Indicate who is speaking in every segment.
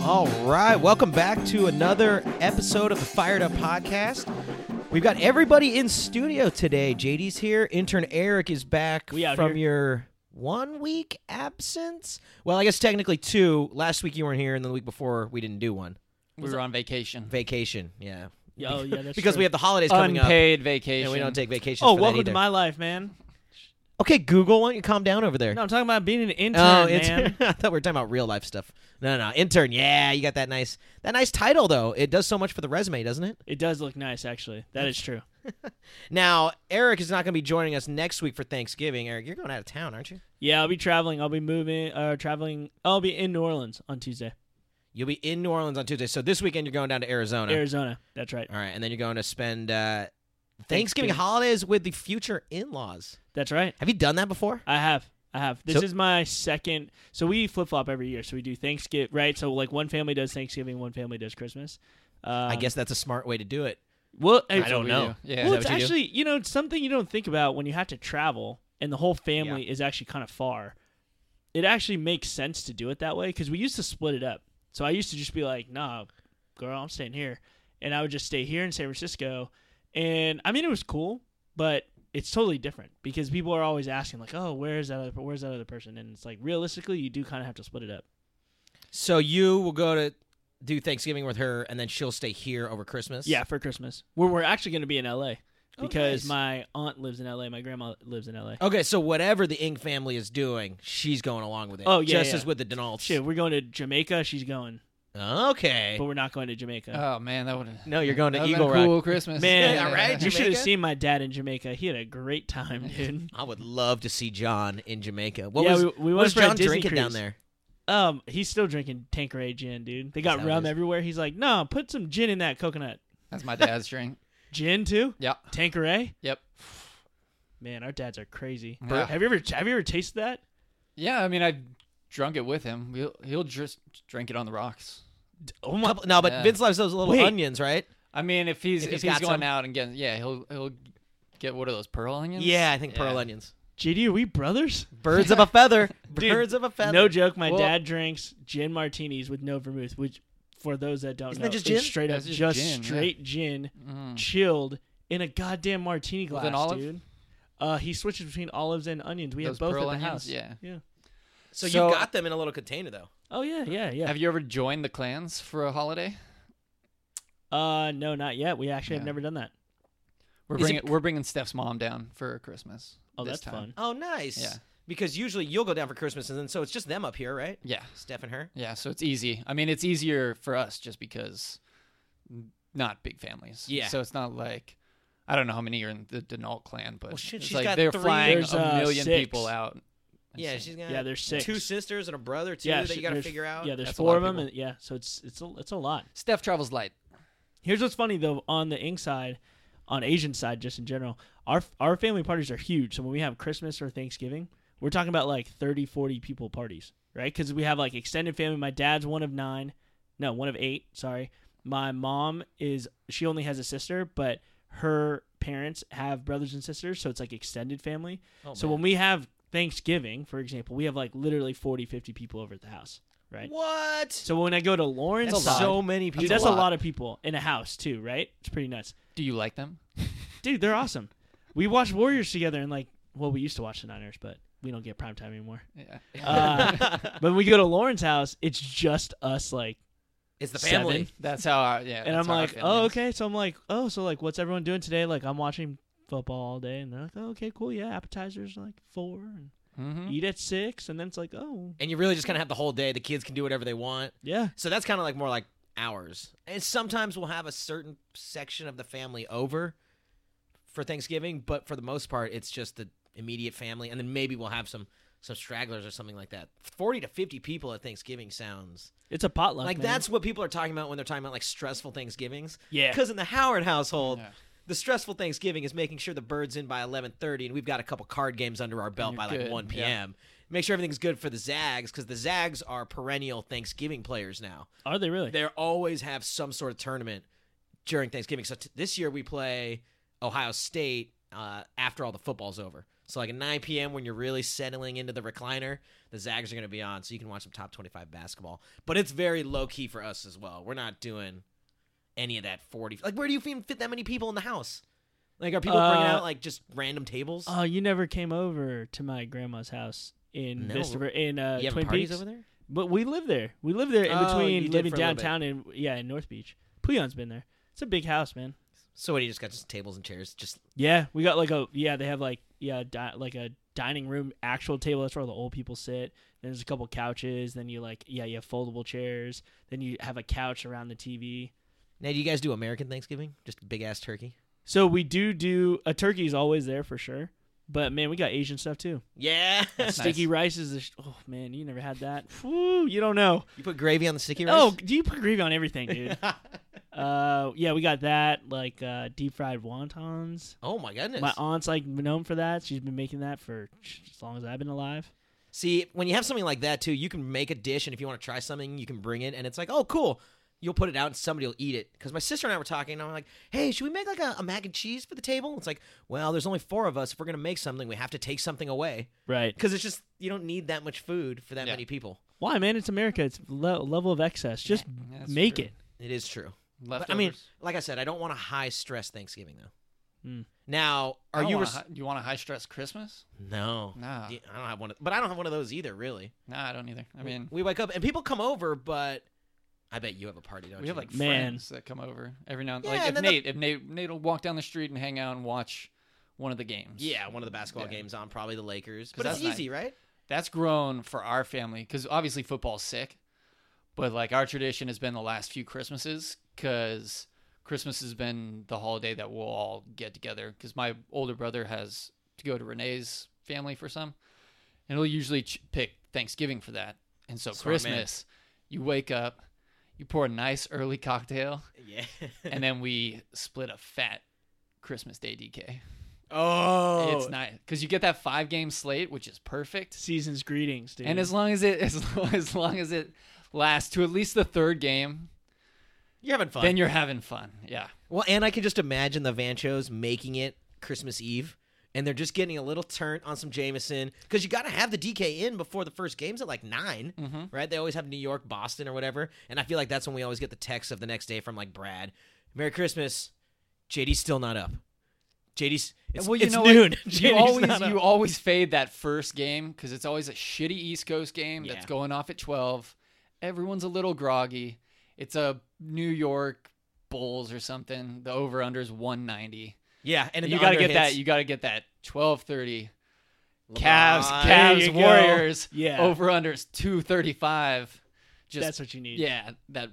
Speaker 1: All right, welcome back to another episode of the Fired Up Podcast. We've got everybody in studio today. JD's here. Intern Eric is back
Speaker 2: We out
Speaker 1: from
Speaker 2: here.
Speaker 1: your one week absence. Well, I guess technically two. Last week you weren't here, and the week before we didn't do one.
Speaker 3: We were on vacation.
Speaker 1: Vacation, yeah.
Speaker 2: Yeah, Oh yeah, that's
Speaker 1: Because
Speaker 2: true.
Speaker 1: we have the holidays coming up,
Speaker 3: Unpaid vacation.
Speaker 1: and we don't take vacations.
Speaker 2: Oh,
Speaker 1: for that
Speaker 2: welcome to
Speaker 1: either.
Speaker 2: my life, man.
Speaker 1: Okay, Google, why don't you calm down over there?
Speaker 2: No, I'm talking about being an intern,
Speaker 1: oh,
Speaker 2: man.
Speaker 1: intern. I thought we were talking about real life stuff. No, no, no, intern. Yeah, you got that nice, that nice title though. It does so much for the resume, doesn't it?
Speaker 2: It does look nice, actually. That is true.
Speaker 1: Now, Eric is not going to be joining us next week for Thanksgiving. Eric, you're going out of town, aren't you?
Speaker 2: Yeah, I'll be traveling. I'll be moving. Uh, traveling. I'll be in New Orleans on Tuesday,
Speaker 1: You'll be in New Orleans on Tuesday. So this weekend you're going down to Arizona.
Speaker 2: Arizona. That's right.
Speaker 1: All right, and then you're going to spend uh, Thanksgiving
Speaker 2: Thanksgiving.
Speaker 1: holidays with the future in-laws.
Speaker 2: That's right.
Speaker 1: Have you done that before?
Speaker 2: I have. I have. This
Speaker 1: So-
Speaker 2: is my second. So we flip flop every year. So we do Thanksgiving, right? So like one family does Thanksgiving, one family does Christmas. Uh,
Speaker 1: I guess that's a smart way to do it.
Speaker 2: Well,
Speaker 1: I don't
Speaker 3: we
Speaker 1: know.
Speaker 3: do. Yeah.
Speaker 2: well,
Speaker 3: Is
Speaker 2: it's
Speaker 3: that what you do?
Speaker 2: actually you know it's something you don't think about when you have to travel, and the whole family is actually kind of far. It actually makes sense to do it that way because we used to split it up. So I used to just be like, "Nah, girl, I'm staying here," and I would just stay here in San Francisco. And I mean, it was cool, but it's totally different because people are always asking like, "Oh, where's that? Other, where's that other person?" And it's like realistically, you do kind of have to split it up.
Speaker 1: So you will go to do Thanksgiving with her, and then she'll stay here over Christmas.
Speaker 2: Yeah, for Christmas, where we're actually going to be in L.A.
Speaker 1: Oh,
Speaker 2: because
Speaker 1: nice.
Speaker 2: my aunt lives in L.A. My grandma lives in L.A.
Speaker 1: Okay, so whatever the Ing family is doing, she's going along with it.
Speaker 2: Oh, yeah,
Speaker 1: just
Speaker 2: yeah.
Speaker 1: as with the Donalds.
Speaker 2: Shit, we're going to Jamaica. She's going,
Speaker 1: Okay.
Speaker 2: but we're not going to
Speaker 1: Uh,
Speaker 2: Jamaica.
Speaker 3: Oh man, that would.
Speaker 1: No, you're going to
Speaker 3: that would've
Speaker 1: Eagle
Speaker 3: been a
Speaker 1: Rock.
Speaker 3: cool Christmas.
Speaker 2: Man,
Speaker 1: Yeah, right?
Speaker 2: you should
Speaker 1: Jamaica?
Speaker 2: have seen my dad in Jamaica. He had a great time, dude.
Speaker 1: I would love to see John in Jamaica. What
Speaker 2: Yeah,
Speaker 1: was
Speaker 2: we- we
Speaker 1: what
Speaker 2: went
Speaker 1: was
Speaker 2: for a
Speaker 1: John
Speaker 2: Disney
Speaker 1: drinking down
Speaker 2: cruise.
Speaker 1: there?
Speaker 2: um, he's still drinking Tanqueray gin, dude. They
Speaker 1: that
Speaker 2: got
Speaker 1: what it
Speaker 2: rum
Speaker 1: is?
Speaker 2: everywhere. He's like, no, put some gin in that coconut.
Speaker 3: That's my dad's drink.
Speaker 2: Gin too?
Speaker 3: Yeah.
Speaker 2: Tanqueray?
Speaker 3: Yep.
Speaker 2: Man, our dads are crazy.
Speaker 3: Yeah.
Speaker 2: Have you ever have you ever tasted that?
Speaker 3: Yeah. I mean, I've drunk it with him. He'll he'll just drink it on the rocks.
Speaker 2: Oh my!
Speaker 1: no, but
Speaker 3: Yeah.
Speaker 1: Vince loves those little
Speaker 2: Wait.
Speaker 1: onions, right?
Speaker 3: I mean, if he's
Speaker 1: If
Speaker 3: if,
Speaker 1: he's
Speaker 3: he's,
Speaker 1: got
Speaker 3: going
Speaker 1: some.
Speaker 3: out and getting yeah, he'll he'll get what are those pearl onions?
Speaker 1: Yeah, I think pearl
Speaker 3: Yeah.
Speaker 1: onions.
Speaker 2: JD, are we brothers?
Speaker 1: Birds of a feather.
Speaker 2: Dude,
Speaker 1: Birds of a feather.
Speaker 2: No joke. My
Speaker 3: Well-
Speaker 2: dad drinks gin martinis with no vermouth, which for those that don't
Speaker 1: Isn't
Speaker 2: know,
Speaker 1: that just gin?
Speaker 2: is straight up
Speaker 3: That's just
Speaker 2: just
Speaker 3: gin, yeah.
Speaker 2: straight gin
Speaker 3: Mm.
Speaker 2: chilled in a goddamn martini glass,
Speaker 3: With an olive?
Speaker 2: dude. Uh, he switches between olives and onions. We have
Speaker 3: Those
Speaker 2: both
Speaker 3: pearl
Speaker 2: at the
Speaker 3: onions,
Speaker 2: house.
Speaker 3: yeah.
Speaker 2: Yeah.
Speaker 1: so,
Speaker 3: So-
Speaker 1: you got them in a little container though.
Speaker 2: Oh yeah, yeah, yeah.
Speaker 3: Have you ever joined the clans for a holiday?
Speaker 2: uh, no, not yet. We actually
Speaker 3: Yeah.
Speaker 2: have never done that.
Speaker 3: We're
Speaker 1: Is it
Speaker 3: bringing we're bringing Steph's mom down for Christmas.
Speaker 2: Oh,
Speaker 3: this
Speaker 2: that's
Speaker 3: time.
Speaker 2: fun.
Speaker 1: Oh, nice.
Speaker 3: Yeah.
Speaker 1: Because usually you'll go down for Christmas, and then so it's just them up here, right?
Speaker 3: Yeah.
Speaker 1: Steph and her.
Speaker 3: Yeah, so it's easy. I mean, it's easier for us just because n- not big families.
Speaker 1: Yeah.
Speaker 3: So it's not like I don't know how many are in the Denault clan, but
Speaker 1: Well, shit,
Speaker 3: it's
Speaker 1: she's
Speaker 3: like
Speaker 1: got
Speaker 3: they're
Speaker 1: three-
Speaker 3: flying
Speaker 2: There's,
Speaker 3: a
Speaker 2: uh,
Speaker 3: million
Speaker 2: six.
Speaker 3: people out. and
Speaker 1: Yeah,
Speaker 3: shit.
Speaker 1: she's
Speaker 2: Yeah,
Speaker 1: got
Speaker 2: there's six.
Speaker 1: two sisters and a brother too
Speaker 2: yeah,
Speaker 1: that
Speaker 2: sh-
Speaker 1: you got to
Speaker 2: there's-
Speaker 1: figure out.
Speaker 2: Yeah, there's
Speaker 3: That's a lot
Speaker 2: four of
Speaker 3: of
Speaker 2: them,
Speaker 3: people.
Speaker 2: and yeah, so it's it's a, it's a lot.
Speaker 3: Steph travels light.
Speaker 2: Here's what's funny though on the ink side, on Asian side, just in general, our our family parties are huge. So when we have Christmas or Thanksgiving, we're talking about like 30, 40 people parties, right? Because we have like extended family. My dad's one of nine, no, one of eight. Sorry, my mom is she only has a sister, but her parents have brothers and sisters, so it's like extended family.
Speaker 1: Oh,
Speaker 2: so
Speaker 1: man.
Speaker 2: when we have Thanksgiving, for example, we have like literally 40, 50 people over at the house, right?
Speaker 1: what?
Speaker 2: So when I go to Lawrence,
Speaker 1: That's
Speaker 3: a lot.
Speaker 1: so many people.
Speaker 2: Dude, that's a
Speaker 3: lot.
Speaker 2: lot of people in a house too, right? It's pretty nuts.
Speaker 3: Do you like them?
Speaker 2: Dude, they're awesome. We watched Warriors together and like well, we used to watch the Niners, but we don't get prime time anymore.
Speaker 3: Yeah.
Speaker 2: Uh, but when we go to Lauren's house, it's just us like
Speaker 1: It's the
Speaker 2: seven.
Speaker 1: family.
Speaker 3: that's how. Our, yeah.
Speaker 2: and I'm
Speaker 3: that's how our
Speaker 2: like,
Speaker 3: family
Speaker 2: Oh,
Speaker 3: is.
Speaker 2: okay. So I'm like, Oh, so like what's everyone doing today? Like I'm watching football all day and they're like, Oh, okay, cool, yeah. Appetizers like four and
Speaker 1: Mm-hmm.
Speaker 3: Mhm.
Speaker 2: eat at six and then it's like, Oh
Speaker 1: And you really just kind of have the whole day. The kids can do whatever they want.
Speaker 2: yeah.
Speaker 1: So that's kind of like more like ours. And sometimes we'll have a certain section of the family over for Thanksgiving, but for the most part, it's just the immediate family, and then maybe we'll have some some stragglers or something like that. Forty to fifty people at Thanksgiving sounds
Speaker 2: It's a potluck.
Speaker 1: like
Speaker 2: man.
Speaker 1: that's what people are talking about when they're talking about like stressful Thanksgivings.
Speaker 2: yeah.
Speaker 1: Because in the Howard household.
Speaker 3: Yeah.
Speaker 1: The stressful Thanksgiving is making sure the bird's in by 11:30, and we've got a couple card games under our belt
Speaker 3: you're
Speaker 1: by like
Speaker 3: good,
Speaker 1: 1
Speaker 3: yeah.
Speaker 1: p.m. Make sure everything's good for the Zags because the Zags are perennial Thanksgiving players now.
Speaker 2: Are they really?
Speaker 1: They always have some sort of tournament during Thanksgiving. So t- this year we play Ohio State uh, after all the football's over. So like at 9 p.m. when you're really settling into the recliner, the Zags are going to be on, so you can watch some top 25 basketball. But it's very low key for us as well. We're not doing any of that 40. Like where do you even fit that many people in the house? Like are people bringing
Speaker 2: Uh,
Speaker 1: out like just random tables?
Speaker 2: Oh, you never came over to my grandma's house in
Speaker 1: No.
Speaker 2: Vista, Ver- in uh,
Speaker 1: you having
Speaker 2: Twin
Speaker 1: parties
Speaker 2: Peaks.
Speaker 1: over there?
Speaker 2: But we live there. We live there in
Speaker 1: Oh, you
Speaker 2: between
Speaker 1: did
Speaker 2: living
Speaker 1: for a little
Speaker 2: downtown and yeah, in North Beach. Puyon's been there. It's a big house, man.
Speaker 1: So what? You just got just tables and chairs, just
Speaker 2: Yeah, we got like a yeah. They have like yeah, di- like a dining room actual table. That's where all the old people sit. Then there's a couple couches. Then you like yeah, you have foldable chairs. Then you have a couch around the TV.
Speaker 1: Now, do you guys do American Thanksgiving? Just big ass turkey?
Speaker 2: So we do do a turkey's always there for sure. But man, we got Asian stuff too.
Speaker 1: Yeah.
Speaker 3: That's nice.
Speaker 2: Sticky rice is the sh- oh man, you never had that. Whew, you don't know.
Speaker 1: you put gravy on the sticky rice?
Speaker 2: Oh, do you put gravy on everything, dude? uh, yeah, we got that like uh, deep fried wontons.
Speaker 1: oh my goodness.
Speaker 2: My aunt's like known for that. She's been making that for as long as I've been alive.
Speaker 1: See, when you have something like that too, you can make a dish, and if you want to try something, you can bring it, and it's like, oh, cool. You'll put it out, and somebody will eat it. Because my sister and I were talking, and I'm like, hey, should we make like a, a mac and cheese for the table? It's like, well, there's only four of us. If we're gonna make something, we have to take something away
Speaker 2: Right.
Speaker 1: because it's just you don't need that much food for that
Speaker 3: Yeah.
Speaker 1: many people.
Speaker 2: Why, man? It's America. It's le- level of excess. Just
Speaker 3: Yeah, that's
Speaker 2: make
Speaker 3: true.
Speaker 2: it.
Speaker 1: It is true.
Speaker 3: Leftovers.
Speaker 1: But, I mean, like I said, I don't want a high stress Thanksgiving though.
Speaker 2: Hmm.
Speaker 1: Now,
Speaker 3: I
Speaker 1: are
Speaker 3: don't
Speaker 1: you?
Speaker 3: want
Speaker 1: res-
Speaker 3: a hi- Uh. you want a high stress Christmas?
Speaker 1: no,
Speaker 3: Nah,
Speaker 1: Yeah, I don't have one, of, but I don't have one of those either. Really,
Speaker 3: nah, I don't either. I
Speaker 1: We-
Speaker 3: mean,
Speaker 1: we wake up and people come over, but I bet you have a party, don't
Speaker 3: we
Speaker 1: you?
Speaker 3: have like
Speaker 2: Man.
Speaker 3: friends that come over every now and
Speaker 1: Yeah,
Speaker 3: like
Speaker 1: and
Speaker 3: if
Speaker 1: then the-
Speaker 3: Nate, if Nate, Nate will walk down the street and hang out and watch one of the games.
Speaker 1: yeah, one of the basketball
Speaker 3: Yeah.
Speaker 1: games on, probably the Lakers.
Speaker 3: 'Cause
Speaker 1: But it's
Speaker 3: that's
Speaker 1: easy, right?
Speaker 3: that's grown for our family because obviously football's sick, but like our tradition has been the last few Christmases because Christmas has been the holiday that we'll all get together because my older brother has to go to Renee's family for some, and he'll usually ch- pick Thanksgiving for that. And so
Speaker 1: Smart man.
Speaker 3: Christmas, you wake up, you pour a nice early cocktail,
Speaker 1: Yeah.
Speaker 3: and then we split a fat Christmas Day DK.
Speaker 1: oh,
Speaker 3: It's nice because you get that five game slate, which is perfect.
Speaker 2: Season's greetings, dude.
Speaker 3: And as long as it as long, as long as it lasts to at least the third game,
Speaker 1: you're having fun.
Speaker 3: then you're having fun. Yeah.
Speaker 1: well, and I can just imagine the Vanchos making it Christmas Eve, and they're just getting a little turnt on some Jameson because you got to have the DK in before the first game's at like 9 right? They always have New York, Boston, or whatever, and I feel like that's when we always get the text of the next day from like Brad, "Merry Christmas, JD's still not up." JD's it's,
Speaker 3: well, you
Speaker 1: it's
Speaker 3: know
Speaker 1: noon.
Speaker 3: What?
Speaker 1: JD's
Speaker 3: You always
Speaker 1: not up.
Speaker 3: you always fade that first game because it's always a shitty East Coast game
Speaker 1: Yeah.
Speaker 3: that's going off at twelve. Everyone's a little groggy. It's a New York Bulls or something. The over under is one ninety.
Speaker 1: yeah, and then
Speaker 3: You
Speaker 1: the
Speaker 3: got to
Speaker 1: under
Speaker 3: get that.
Speaker 1: hits.
Speaker 3: You got to get that twelve thirty. Cavs,
Speaker 1: Calves,
Speaker 2: There
Speaker 3: Cavs,
Speaker 2: you go.
Speaker 3: Warriors.
Speaker 2: Yeah.
Speaker 3: Over under is two thirty five. Just
Speaker 2: That's what you need.
Speaker 3: yeah, that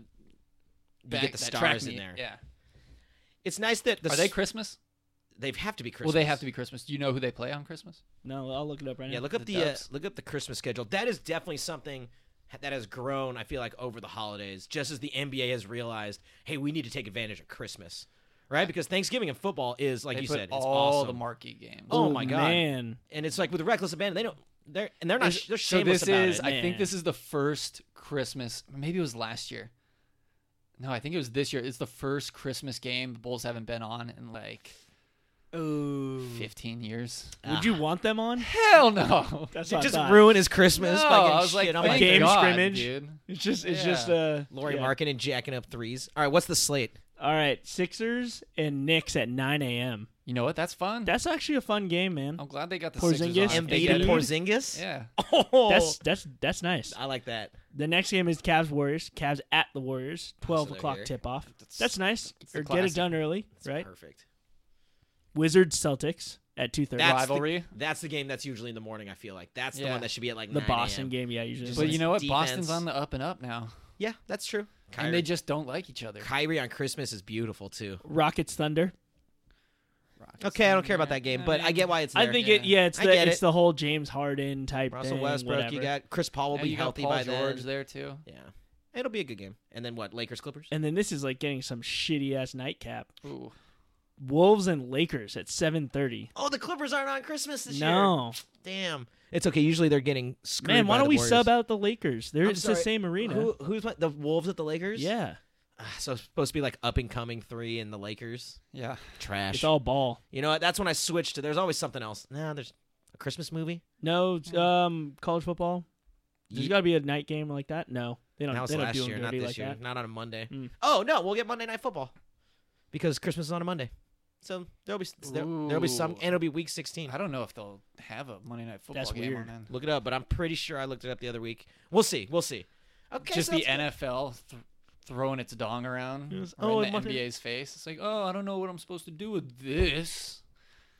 Speaker 1: You
Speaker 3: back,
Speaker 1: get the
Speaker 3: that track
Speaker 1: stars in
Speaker 3: meet,
Speaker 1: there.
Speaker 3: Yeah.
Speaker 1: It's nice that the
Speaker 3: Are they
Speaker 1: s-
Speaker 3: Christmas?
Speaker 1: they have to be Christmas.
Speaker 3: Well, they have to be Christmas. Do you know who they play on Christmas?
Speaker 2: No, I'll look it up right
Speaker 1: Yeah,
Speaker 2: now.
Speaker 1: look up
Speaker 3: the
Speaker 1: the, uh,
Speaker 3: Dubs.
Speaker 1: look up the Christmas schedule. That is definitely something ha- that has grown. I feel like over the holidays, just as the NBA has realized, hey, we need to take advantage of Christmas, right? Because Thanksgiving and football is like
Speaker 3: they
Speaker 1: you
Speaker 3: put
Speaker 1: said,
Speaker 3: all
Speaker 1: it's awesome.
Speaker 3: the marquee games.
Speaker 1: Oh my God.
Speaker 2: man.
Speaker 1: and it's like with reckless abandon, they don't. They're and they're not.
Speaker 3: Is-
Speaker 1: they're
Speaker 3: so
Speaker 1: shameless
Speaker 3: this
Speaker 1: about
Speaker 3: is.
Speaker 1: it.
Speaker 3: I think
Speaker 2: man.
Speaker 3: this is the first Christmas. Maybe it was last year. No, I think it was this year. It's the first Christmas game the Bulls haven't been on in like
Speaker 1: Ooh,
Speaker 2: Hmm.
Speaker 3: 15 years.
Speaker 2: Would you want them on?
Speaker 3: Hell no.
Speaker 2: That's
Speaker 1: Did
Speaker 2: what I
Speaker 1: just
Speaker 2: thought.
Speaker 1: ruin his Christmas
Speaker 3: no,
Speaker 1: by getting
Speaker 3: I was like,
Speaker 1: shit on
Speaker 3: thank
Speaker 1: by
Speaker 2: Game
Speaker 3: God,
Speaker 2: scrimmage.
Speaker 3: dude.
Speaker 2: It's just it's
Speaker 3: Yeah.
Speaker 2: just uh
Speaker 1: Lori
Speaker 2: yeah.
Speaker 1: Markin and jacking up threes. All right, what's the slate?
Speaker 2: All right, Sixers and Knicks at 9 a.m.
Speaker 3: You know what? That's fun.
Speaker 2: That's actually a fun game, man.
Speaker 3: I'm glad they got the Sixers
Speaker 2: Porzingis,
Speaker 3: on.
Speaker 2: Embiid,
Speaker 3: They
Speaker 1: Embiid
Speaker 3: get
Speaker 1: and
Speaker 3: it.
Speaker 1: Porzingis.
Speaker 3: Yeah.
Speaker 1: Oh,
Speaker 2: That's that's that's nice.
Speaker 1: I like that.
Speaker 2: The next game is Cavs Warriors. Cavs at the Warriors. Twelve
Speaker 1: they're
Speaker 2: o'clock
Speaker 1: here.
Speaker 2: tip off.
Speaker 3: That's-
Speaker 2: That's, nice.
Speaker 3: that's the
Speaker 2: Or get
Speaker 3: classic.
Speaker 2: it done early,
Speaker 1: That's
Speaker 2: right?
Speaker 1: Perfect.
Speaker 2: Wizards Celtics at two thirty.
Speaker 1: That's
Speaker 3: rivalry.
Speaker 1: The, that's the game that's usually in the morning. I feel like that's the
Speaker 3: Yeah.
Speaker 1: one that should be at like
Speaker 2: The
Speaker 1: 9
Speaker 2: Boston
Speaker 1: a.m..
Speaker 2: game, yeah, usually.
Speaker 1: Just
Speaker 2: is
Speaker 3: But you know what?
Speaker 1: Defense.
Speaker 3: Boston's on the up and up now,
Speaker 1: Yeah, that's true. Kyrie,
Speaker 3: and they just don't like each other.
Speaker 1: Kyrie on Christmas is beautiful too.
Speaker 2: Rockets Thunder.
Speaker 3: Rockets
Speaker 1: Okay, I don't
Speaker 3: down
Speaker 1: care about
Speaker 3: there.
Speaker 1: that game, but I
Speaker 3: mean,
Speaker 1: get why it's there.
Speaker 2: I think
Speaker 3: yeah.
Speaker 2: it yeah, it's
Speaker 1: I
Speaker 2: the
Speaker 1: get
Speaker 2: it's
Speaker 1: it.
Speaker 2: the whole James Harden type
Speaker 1: Russell
Speaker 2: thing,
Speaker 1: Westbrook, you
Speaker 2: whatever.
Speaker 1: got Chris Paul will
Speaker 3: and
Speaker 1: be
Speaker 3: you got
Speaker 1: healthy
Speaker 3: Paul
Speaker 1: by
Speaker 3: George
Speaker 1: then.
Speaker 3: there too.
Speaker 1: Yeah, it'll be a good game. And then what? Lakers Clippers.
Speaker 2: and then this is like getting some shitty ass nightcap.
Speaker 3: Ooh.
Speaker 2: Wolves and Lakers at seven thirty.
Speaker 1: Oh, the Clippers aren't on Christmas this year.
Speaker 2: No.
Speaker 1: Damn, it's okay. Usually they're getting screwed.
Speaker 2: Man, why
Speaker 1: by
Speaker 2: don't
Speaker 1: the
Speaker 2: we
Speaker 1: Warriors.
Speaker 2: sub out the Lakers? They're
Speaker 1: I'm
Speaker 2: it's the
Speaker 1: sorry,
Speaker 2: same arena.
Speaker 1: Who, who's playing? the Wolves at the Lakers?
Speaker 2: yeah.
Speaker 1: Ah, so it's supposed to be like up and coming three in the Lakers.
Speaker 3: Yeah.
Speaker 1: Trash.
Speaker 2: It's all ball.
Speaker 1: You know what? That's when I switched to. There's always something else. No, there's. A Christmas movie?
Speaker 2: No,
Speaker 1: Mm.
Speaker 2: um, college football. There's
Speaker 1: Ye-
Speaker 2: got to be a night game like that. No, they don't.
Speaker 1: that was
Speaker 2: they don't
Speaker 1: last
Speaker 2: do 'em
Speaker 1: year, not
Speaker 2: dirty
Speaker 1: this
Speaker 2: like
Speaker 1: year.
Speaker 2: that.
Speaker 1: Not on a Monday.
Speaker 2: Mm.
Speaker 1: Oh no, we'll get Monday night football because Christmas is on a Monday. So there'll be there, will be some,
Speaker 3: Ooh.
Speaker 1: and it'll be week sixteen.
Speaker 3: I don't know if they'll have a Monday night football
Speaker 2: That's
Speaker 3: game on
Speaker 2: weird.
Speaker 3: then.
Speaker 1: Look it up, but I'm pretty sure I looked it up the other week. We'll see. We'll see. Okay,
Speaker 3: Just
Speaker 1: so
Speaker 3: the
Speaker 1: that's-
Speaker 3: NFL th- throwing its dong around
Speaker 2: Yes.
Speaker 3: right
Speaker 2: Oh, and
Speaker 3: in the
Speaker 2: Monday-
Speaker 3: NBA's face. It's like, oh, I don't know what I'm supposed to do with this.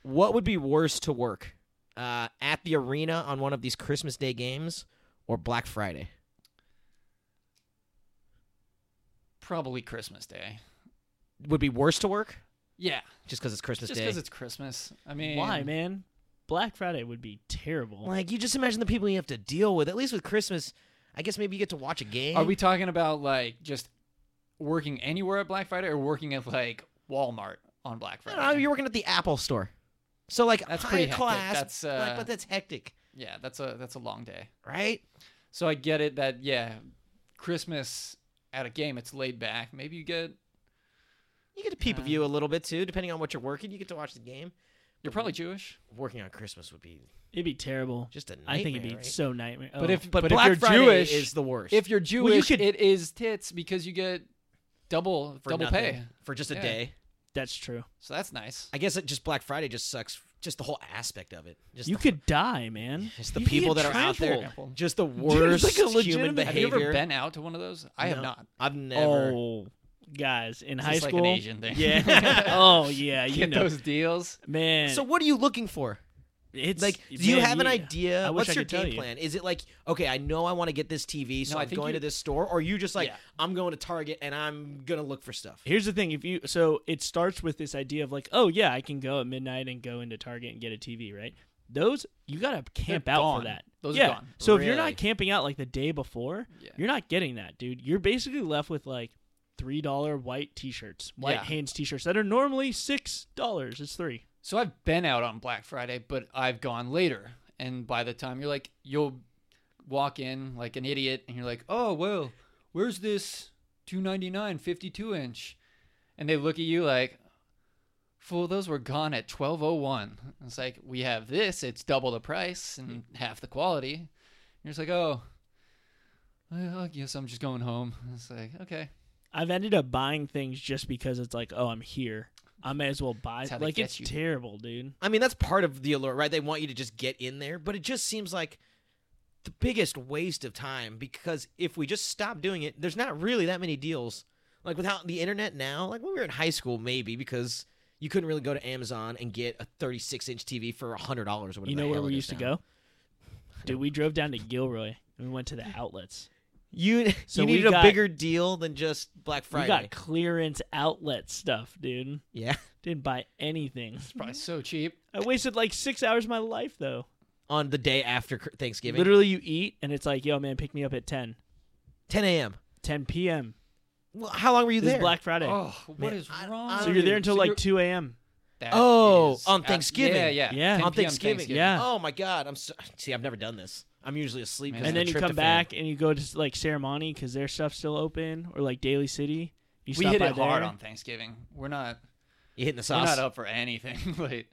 Speaker 1: What would be worse to work uh, at the arena on one of these Christmas Day games or Black Friday?
Speaker 3: Probably Christmas Day.
Speaker 1: Would be worse to work
Speaker 3: Yeah,
Speaker 1: just because it's Christmas
Speaker 3: just
Speaker 1: Day.
Speaker 3: because it's Christmas. I mean,
Speaker 2: Why, man? Black Friday would be terrible.
Speaker 1: like you just imagine the people you have to deal with. At least with Christmas, I guess maybe you get to watch a game.
Speaker 3: Are we talking about like just working anywhere at Black Friday or working at like Walmart on Black
Speaker 1: I
Speaker 3: Friday?
Speaker 1: don't know, you're working at the Apple store. So like
Speaker 3: That's
Speaker 1: high
Speaker 3: pretty hectic.
Speaker 1: class,
Speaker 3: That's,
Speaker 1: like,
Speaker 3: uh,
Speaker 1: but that's hectic,
Speaker 3: yeah, that's a that's a long day.
Speaker 1: right?
Speaker 3: So I get it that yeah, Christmas at a game it's laid back. Maybe you get
Speaker 1: You get a peep of
Speaker 3: Uh,
Speaker 1: you a little bit too, depending on what you're working. You get to watch the game.
Speaker 3: you're probably Jewish,
Speaker 1: Working on Christmas would be
Speaker 2: It'd be terrible.
Speaker 1: just a nightmare.
Speaker 2: I think it'd be
Speaker 1: right?
Speaker 2: so nightmare.
Speaker 3: but
Speaker 2: oh.
Speaker 3: if
Speaker 1: But,
Speaker 3: but,
Speaker 1: Black
Speaker 3: if you're
Speaker 1: Friday
Speaker 3: Jewish
Speaker 1: is the worst.
Speaker 3: if you're Jewish
Speaker 2: you could-
Speaker 3: it is tits because you get double
Speaker 1: for
Speaker 3: double
Speaker 1: nothing,
Speaker 3: pay.
Speaker 1: for just a
Speaker 3: Yeah.
Speaker 1: day.
Speaker 2: that's true,
Speaker 3: So that's nice.
Speaker 1: I guess it just Black Friday just sucks. Just the whole aspect of it. Just
Speaker 2: you
Speaker 1: the,
Speaker 2: could die, man.
Speaker 1: just the
Speaker 2: You could
Speaker 1: people
Speaker 2: get
Speaker 1: that are out there.
Speaker 2: trampled.
Speaker 1: Just the
Speaker 2: it's
Speaker 1: worst
Speaker 2: like a
Speaker 1: human
Speaker 2: legitimate-
Speaker 1: behavior.
Speaker 2: Have
Speaker 3: Have you ever been out to one of those? I have
Speaker 1: No,
Speaker 3: not.
Speaker 1: I've never.
Speaker 2: Oh, guys, in
Speaker 3: It's
Speaker 2: high
Speaker 3: just
Speaker 2: school,
Speaker 3: like an Asian thing.
Speaker 2: yeah. oh yeah, you
Speaker 3: get
Speaker 2: know,
Speaker 3: those deals.
Speaker 2: man.
Speaker 1: So what are you looking for?
Speaker 2: it's
Speaker 1: like, do you
Speaker 2: man,
Speaker 1: have an
Speaker 2: yeah.
Speaker 1: idea?
Speaker 2: I wish
Speaker 1: What's
Speaker 2: I
Speaker 1: your
Speaker 2: could tell
Speaker 1: game
Speaker 2: you.
Speaker 1: plan? Is it like, okay, I know I want to get this TV, so
Speaker 3: No, I
Speaker 1: I'm
Speaker 3: think
Speaker 1: going to
Speaker 3: you-
Speaker 1: this store, or you just like,
Speaker 3: Yeah.
Speaker 1: I'm going to Target and I'm gonna look for stuff.
Speaker 2: Here's the thing: if you so it starts with this idea of like, oh yeah, I can go at midnight and go into Target and get a TV, right? Those you gotta camp
Speaker 3: They're
Speaker 2: out
Speaker 3: gone.
Speaker 2: for that.
Speaker 3: Those are
Speaker 2: yeah.
Speaker 3: gone.
Speaker 2: So if you're
Speaker 1: Really?
Speaker 2: not camping out like the day before,
Speaker 3: Yeah.
Speaker 2: you're not getting that, dude. You're basically left with like three dollar white T-shirts, white
Speaker 3: Yeah.
Speaker 2: Hanes T-shirts that are normally six dollars. It's three.
Speaker 3: So I've been out on Black Friday, but I've gone later. And by the time you're like, you'll walk in like an idiot, and you're like, "Oh well, where's this 299 52 inch?" And they look at you like, "Fool, those were gone at 1201." It's like we have this; it's double the price and half the quality. And you're just like, "Oh, well, I guess I'm just going home." It's like, okay,
Speaker 2: I've ended up buying things just because it's like, oh, I'm here. I may as well buy.
Speaker 3: That's how they
Speaker 2: Like
Speaker 3: get
Speaker 2: it's
Speaker 3: you.
Speaker 2: terrible, dude.
Speaker 1: I mean, that's part of the allure, right? They want you to just get in there, but it just seems like the biggest waste of time because if we just stop doing it, there's not really that many deals. Like without the internet now, like when we were in high school, maybe because you couldn't really go to Amazon and get a 36 inch TV for hundred dollars or whatever.
Speaker 2: You know
Speaker 1: the
Speaker 2: where
Speaker 1: hell
Speaker 2: we
Speaker 1: it
Speaker 2: used
Speaker 1: is
Speaker 2: to
Speaker 1: now.
Speaker 2: go? Dude, we drove down to Gilroy and we went to the outlets.
Speaker 1: You
Speaker 2: So
Speaker 1: you
Speaker 2: we
Speaker 1: needed
Speaker 2: got-
Speaker 1: a bigger deal than just Black Friday.
Speaker 2: We got clearance outlet stuff, dude.
Speaker 1: yeah,
Speaker 2: Didn't buy anything.
Speaker 3: it's probably so cheap.
Speaker 2: I wasted like six hours of my life though.
Speaker 1: on the day after Cr- Thanksgiving,
Speaker 2: Literally, you eat and it's like, yo, man, pick me up at 10,
Speaker 1: 10 a.m.
Speaker 2: 10 p.m.
Speaker 1: Well, how long were you
Speaker 2: This is
Speaker 1: there?
Speaker 2: Black Friday,
Speaker 3: Oh, what
Speaker 1: Man,
Speaker 3: is
Speaker 1: I-
Speaker 3: wrong?
Speaker 1: I
Speaker 2: so
Speaker 1: don't
Speaker 2: you're there
Speaker 1: even-
Speaker 2: until
Speaker 3: so
Speaker 2: like
Speaker 3: you're-
Speaker 2: 2 a.m.
Speaker 3: That
Speaker 1: Oh,
Speaker 3: is
Speaker 1: on
Speaker 3: ab-
Speaker 1: Thanksgiving.
Speaker 3: Yeah, yeah,
Speaker 2: Yeah.
Speaker 3: 10
Speaker 1: on
Speaker 3: p.m.
Speaker 1: Thanksgiving.
Speaker 2: Yeah.
Speaker 1: Oh my God, I'm so, see. I've never done this. I'm usually asleep. 'cause
Speaker 3: Man.
Speaker 1: of
Speaker 2: And then
Speaker 1: the
Speaker 2: you come
Speaker 1: tryptophan.
Speaker 2: back and you go to like Ceremony because their stuff's still open, or like Daily City. You
Speaker 3: we
Speaker 2: stop
Speaker 3: hit
Speaker 2: by
Speaker 3: it hard
Speaker 2: there.
Speaker 3: on Thanksgiving. We're not
Speaker 1: You hitting the
Speaker 3: we're
Speaker 1: sauce?
Speaker 3: not up for anything. like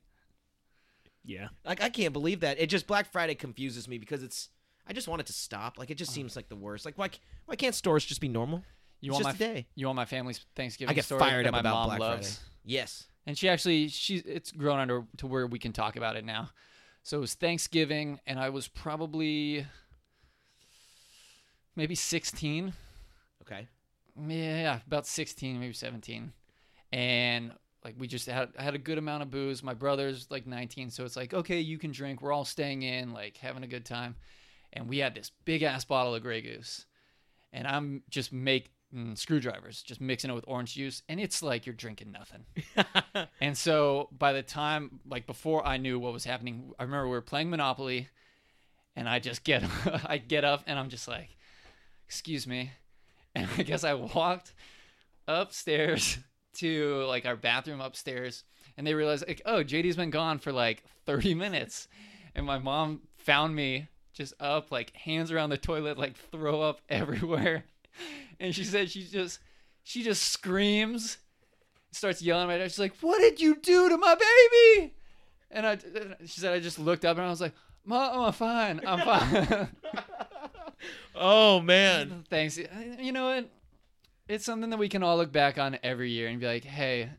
Speaker 2: Yeah,
Speaker 1: Like I can't believe that. It just Black Friday confuses me because it's. I just want it to stop. Like it just seems like the worst. Like why c- why can't stores just be normal?
Speaker 3: you
Speaker 1: it's
Speaker 3: want
Speaker 1: just
Speaker 3: my
Speaker 1: a day.
Speaker 3: you want my family's Thanksgiving
Speaker 1: I get
Speaker 3: story
Speaker 1: fired
Speaker 3: that
Speaker 1: up
Speaker 3: my
Speaker 1: about
Speaker 3: mom
Speaker 1: Black
Speaker 3: loves.
Speaker 1: Friday. Yes.
Speaker 3: And she actually she it's grown under to where we can talk about it now. So it was Thanksgiving and I was probably maybe 16.
Speaker 1: Okay.
Speaker 3: Yeah, about 16, maybe 17. And like we just had I had a good amount of booze. My brother's like 19, so it's like, okay, you can drink. We're all staying in, like having a good time. And we had this big ass bottle of Grey Goose. And I'm just making screwdrivers, just mixing it with orange juice, and it's like you're drinking nothing. and so by the time like before I knew what was happening, I remember we were playing Monopoly and I just get I get up and I'm just like, "Excuse me." And I guess I walked upstairs to like our bathroom upstairs and they realized like, "Oh, JD's been gone for like 30 minutes." And my mom found me just up like hands around the toilet like throw up everywhere. And she said she just she just screams starts yelling right at her. She's like, "What did you do to my baby?" And I, she said, I just looked up and I was like, "Mom, I'm fine. I'm fine."
Speaker 1: Oh man.
Speaker 3: Thanks. uh, You know what? It's something that we can all look back on every year and be like, "Hey,